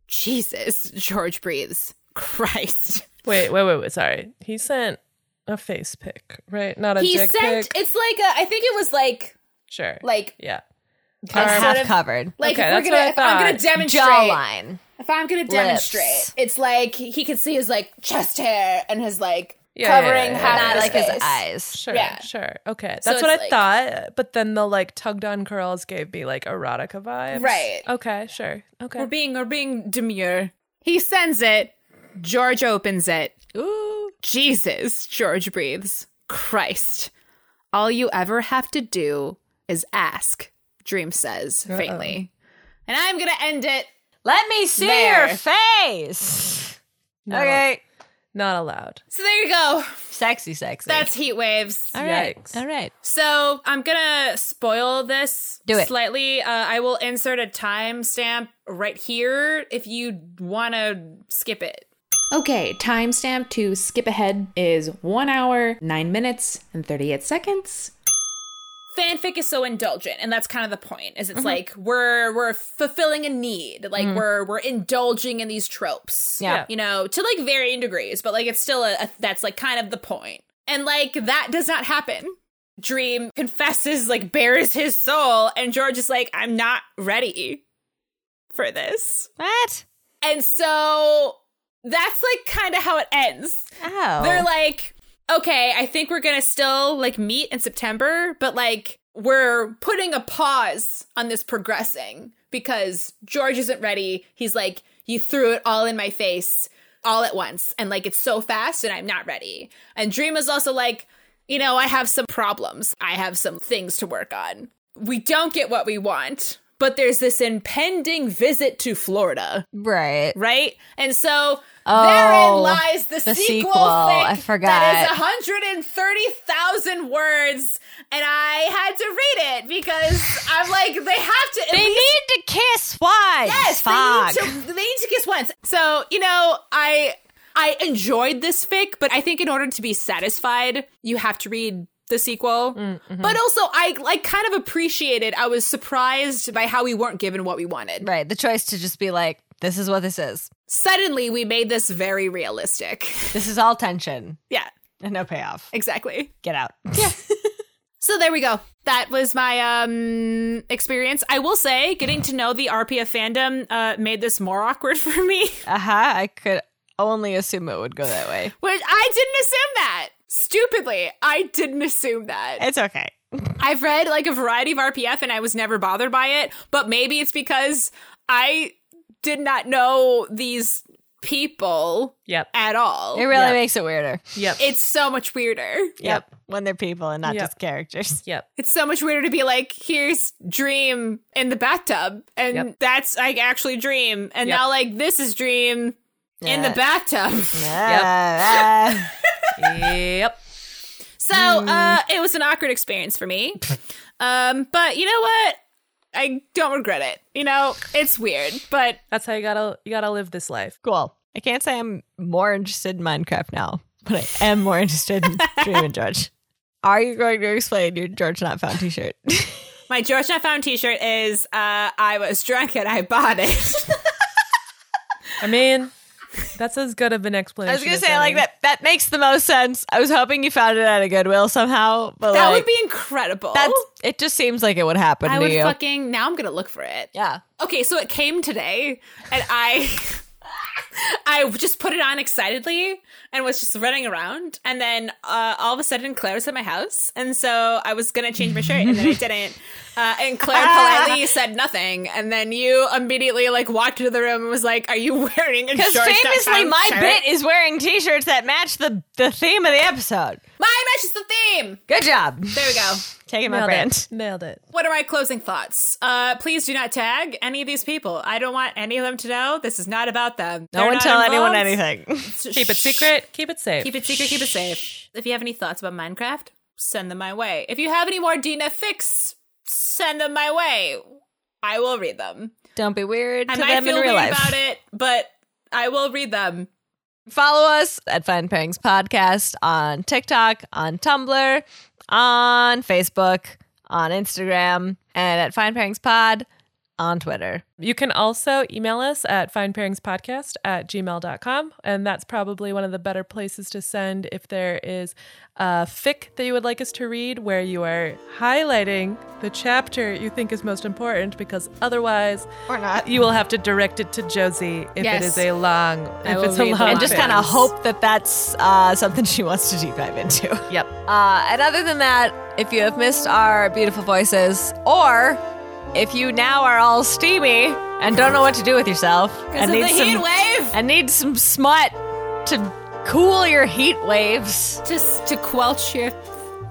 Speaker 2: Jesus, George breathes. Christ.
Speaker 4: Wait, wait, wait, wait. Sorry. He sent a face pic, right? Not a
Speaker 2: he
Speaker 4: dick
Speaker 2: sent
Speaker 4: pic.
Speaker 2: it's like a I think it was like
Speaker 4: Sure.
Speaker 2: like
Speaker 4: yeah.
Speaker 6: It's
Speaker 2: sort
Speaker 6: half
Speaker 2: of-
Speaker 6: covered.
Speaker 2: like
Speaker 4: Okay,
Speaker 2: if we're
Speaker 4: that's what I
Speaker 2: gonna if I'm gonna
Speaker 4: thought.
Speaker 2: demonstrate
Speaker 6: Jawline.
Speaker 2: If I'm gonna demonstrate,
Speaker 6: Lips.
Speaker 2: it's like he can see his like chest hair and his like
Speaker 4: Yeah,
Speaker 2: covering
Speaker 4: yeah, yeah,
Speaker 2: half
Speaker 4: yeah.
Speaker 6: Not
Speaker 2: of his
Speaker 6: like his
Speaker 2: face.
Speaker 6: eyes.
Speaker 4: Sure.
Speaker 2: Yeah.
Speaker 4: Sure. Okay.
Speaker 2: So
Speaker 4: That's what I
Speaker 2: it's
Speaker 4: thought. But then the like tugged on curls gave me like erotica vibes.
Speaker 2: Right.
Speaker 4: Okay. Sure. Okay.
Speaker 2: being or being demure. He sends it. George opens it. Ooh. Jesus, George breathes. Christ. All you ever have to do is ask, Dream says faintly. And I'm gonna end it.
Speaker 6: Let me see
Speaker 2: There.
Speaker 6: your face. Okay.
Speaker 4: Not allowed.
Speaker 2: So there you go.
Speaker 6: Sexy, sexy.
Speaker 2: That's heat waves.
Speaker 6: all right.
Speaker 4: Yikes.
Speaker 6: All right.
Speaker 2: So I'm gonna spoil this
Speaker 6: Do it.
Speaker 2: slightly. Uh, I will insert a timestamp right here if you want to skip it. Okay, timestamp to skip ahead is one hour, nine minutes, and 38 seconds. Fanfic is so indulgent, and that's kind of the point. Is it's like we're we're fulfilling a need, like we're we're indulging in these tropes
Speaker 6: Yeah.
Speaker 2: you know, to like varying degrees, but like it's still a, a that's like kind of the point. And like that does not happen. Dream confesses, like bears his soul, and George is like, I'm not ready for this.
Speaker 6: What?
Speaker 2: And so that's like kind of how it ends.
Speaker 6: Oh.
Speaker 2: They're like, okay, I think we're gonna still like meet in September, but like we're putting a pause on this progressing because George isn't ready. He's like, you threw it all in my face all at once, and like it's so fast, and I'm not ready. And Dream is also like, you know, I have some problems, I have some things to work on. We don't get what we want. but there's this impending visit to Florida,
Speaker 3: Right.
Speaker 2: right? And so
Speaker 3: Oh,
Speaker 2: therein lies the,
Speaker 3: the
Speaker 2: sequel.
Speaker 3: sequel. I
Speaker 2: fic
Speaker 3: forgot.
Speaker 2: That is 130,000 words, and I had to read it because I'm like, they have to. at
Speaker 3: They
Speaker 2: least-
Speaker 3: need to kiss. Why?
Speaker 2: Yes, they need, to, they need to kiss once. So you know, I I enjoyed this fic, but I think in order to be satisfied, you have to read the sequel.
Speaker 3: Mm-hmm.
Speaker 2: But also, I like kind of appreciated. I was surprised by how we weren't given what we wanted.
Speaker 3: Right. The choice to just be like, this is what this is.
Speaker 2: Suddenly, we made this very realistic.
Speaker 3: This is all tension
Speaker 2: yeah,
Speaker 3: and no payoff.
Speaker 2: exactly.
Speaker 3: Get out.
Speaker 2: So there we go. That was my um experience. I will say, getting to know the RPF fandom uh, made this more awkward for me.
Speaker 3: Uh huh. I could only assume it would go that way.
Speaker 2: Which I didn't assume that. Stupidly, I didn't assume that.
Speaker 3: It's okay.
Speaker 2: I've read like a variety of RPF and I was never bothered by it, but maybe it's because I did not know these people
Speaker 4: Yep.
Speaker 2: at all.
Speaker 3: It really
Speaker 4: Yep.
Speaker 3: makes it weirder.
Speaker 4: Yep.
Speaker 2: It's so much weirder.
Speaker 4: Yep.
Speaker 3: When they're people and not
Speaker 4: Yep.
Speaker 3: just characters.
Speaker 4: Yep.
Speaker 2: It's so much weirder to be like, here's Dream in the bathtub, and
Speaker 4: Yep.
Speaker 2: that's like actually Dream, and
Speaker 4: Yep.
Speaker 2: now like this is Dream in the bathtub.
Speaker 3: Ah, ah.
Speaker 4: Yep.
Speaker 2: So uh, it was an awkward experience for me. um, but you know what? I don't regret it. You know, it's weird, but
Speaker 4: That's how you gotta you gotta live this life.
Speaker 3: cool. I can't say I'm more interested in Minecraft now, but I am more interested in Dream and George. Are you going to explain your George Not Found t shirt?
Speaker 2: my George Not Found t shirt is uh, I was drunk and I bought it.
Speaker 4: I mean, that's as good of an explanation.
Speaker 3: I was going
Speaker 4: as
Speaker 3: to say, like,
Speaker 4: any.
Speaker 3: that, that makes the most sense. I was hoping you found it at a Goodwill somehow, but
Speaker 2: that
Speaker 3: like,
Speaker 2: would be incredible.
Speaker 3: that's, it just seems like it would happen
Speaker 2: I
Speaker 3: to
Speaker 2: would
Speaker 3: you.
Speaker 2: fucking. Now I'm going to look for it.
Speaker 3: yeah.
Speaker 2: Okay, so it came today and I. I just put it on excitedly and was just running around. And then uh, all of a sudden, Claire was at my house. And so I was going to change my shirt and then I didn't. Uh, and Claire politely said nothing. And then you immediately like walked into the room and was like, Are you wearing a
Speaker 3: Because
Speaker 2: George Not
Speaker 3: famously,
Speaker 2: Found
Speaker 3: my
Speaker 2: shirt?
Speaker 3: bit is wearing t shirts that match the, the theme of the episode.
Speaker 2: Mine matches the theme.
Speaker 3: Good job.
Speaker 2: There we go.
Speaker 3: Taking my
Speaker 4: Nailed
Speaker 3: brand.
Speaker 4: it. Nailed it.
Speaker 2: What are my closing thoughts? Uh, please do not tag any of these people. I don't want any of them to know. This is not about them.
Speaker 3: No one tell anyone anything.
Speaker 4: Keep it secret. Keep it safe.
Speaker 2: Keep it secret, keep it safe. If you have any thoughts about Minecraft, send them my way. If you have any more Dina fix, send them my way. I will read them.
Speaker 3: Don't be weird
Speaker 2: I
Speaker 3: to
Speaker 2: might
Speaker 3: them in
Speaker 2: feel weird
Speaker 3: real life.
Speaker 2: about it, but I will read them.
Speaker 3: Follow us at Fun Pairings Podcast on TikTok, on Tumblr, on Facebook, on Instagram, and at Fine Pairings Pod on Twitter.
Speaker 4: You can also email us at findpairingspodcast at gmail.com. And that's probably one of the better places to send if there is a fic that you would like us to read where you are highlighting the chapter you think is most important because otherwise or not. you will have to direct it to Josie if
Speaker 2: Yes.
Speaker 4: it is a long if
Speaker 2: will read
Speaker 4: it's a
Speaker 2: the
Speaker 4: long
Speaker 2: long
Speaker 3: And just
Speaker 4: fic.
Speaker 3: kind of hope that that's uh, something she wants to deep dive into.
Speaker 4: Yep.
Speaker 3: Uh, and other than that, if you have missed our beautiful voices, or if you now are all steamy and don't know what to do with yourself, and
Speaker 2: This
Speaker 3: need
Speaker 2: is the heat
Speaker 3: some-
Speaker 2: wave
Speaker 3: and need some smut to cool your heat waves.
Speaker 2: just to quelch your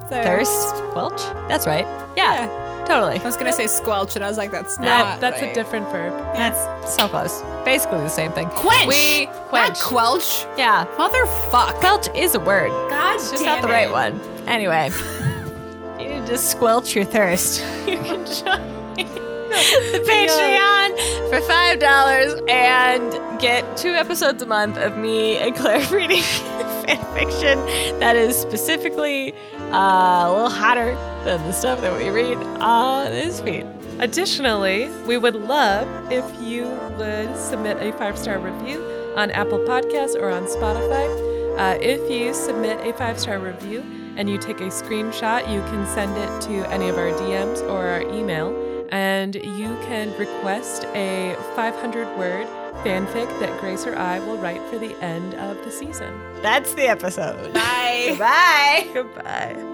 Speaker 2: thirst.
Speaker 3: Thirst? Welch? That's right. Yeah, totally.
Speaker 2: I was gonna say squelch, and I was like, "That's not.
Speaker 4: That- that's a
Speaker 2: right.
Speaker 4: different verb.
Speaker 3: That's so close. Basically the same thing.
Speaker 2: quench.
Speaker 3: We quench.
Speaker 2: Not quelch.
Speaker 3: yeah.
Speaker 2: Motherfuck.
Speaker 3: Quelch is a word.
Speaker 2: God,
Speaker 3: It's just not the right one. Anyway, you need to squelch your thirst. You can join the Patreon for five dollars and get two episodes a month of me and Claire reading fan fiction that is specifically uh, a little hotter than the stuff that we read on this feed.
Speaker 4: Additionally, we would love if you would submit a five star review on Apple Podcasts or on Spotify. Uh, if you submit a five star review and you take a screenshot, you can send it to any of our DMs or our email, and you can request a 500 word fanfic that Grace or I will write for the end of the season.
Speaker 3: That's the episode.
Speaker 2: Bye.
Speaker 3: Bye.
Speaker 4: Goodbye.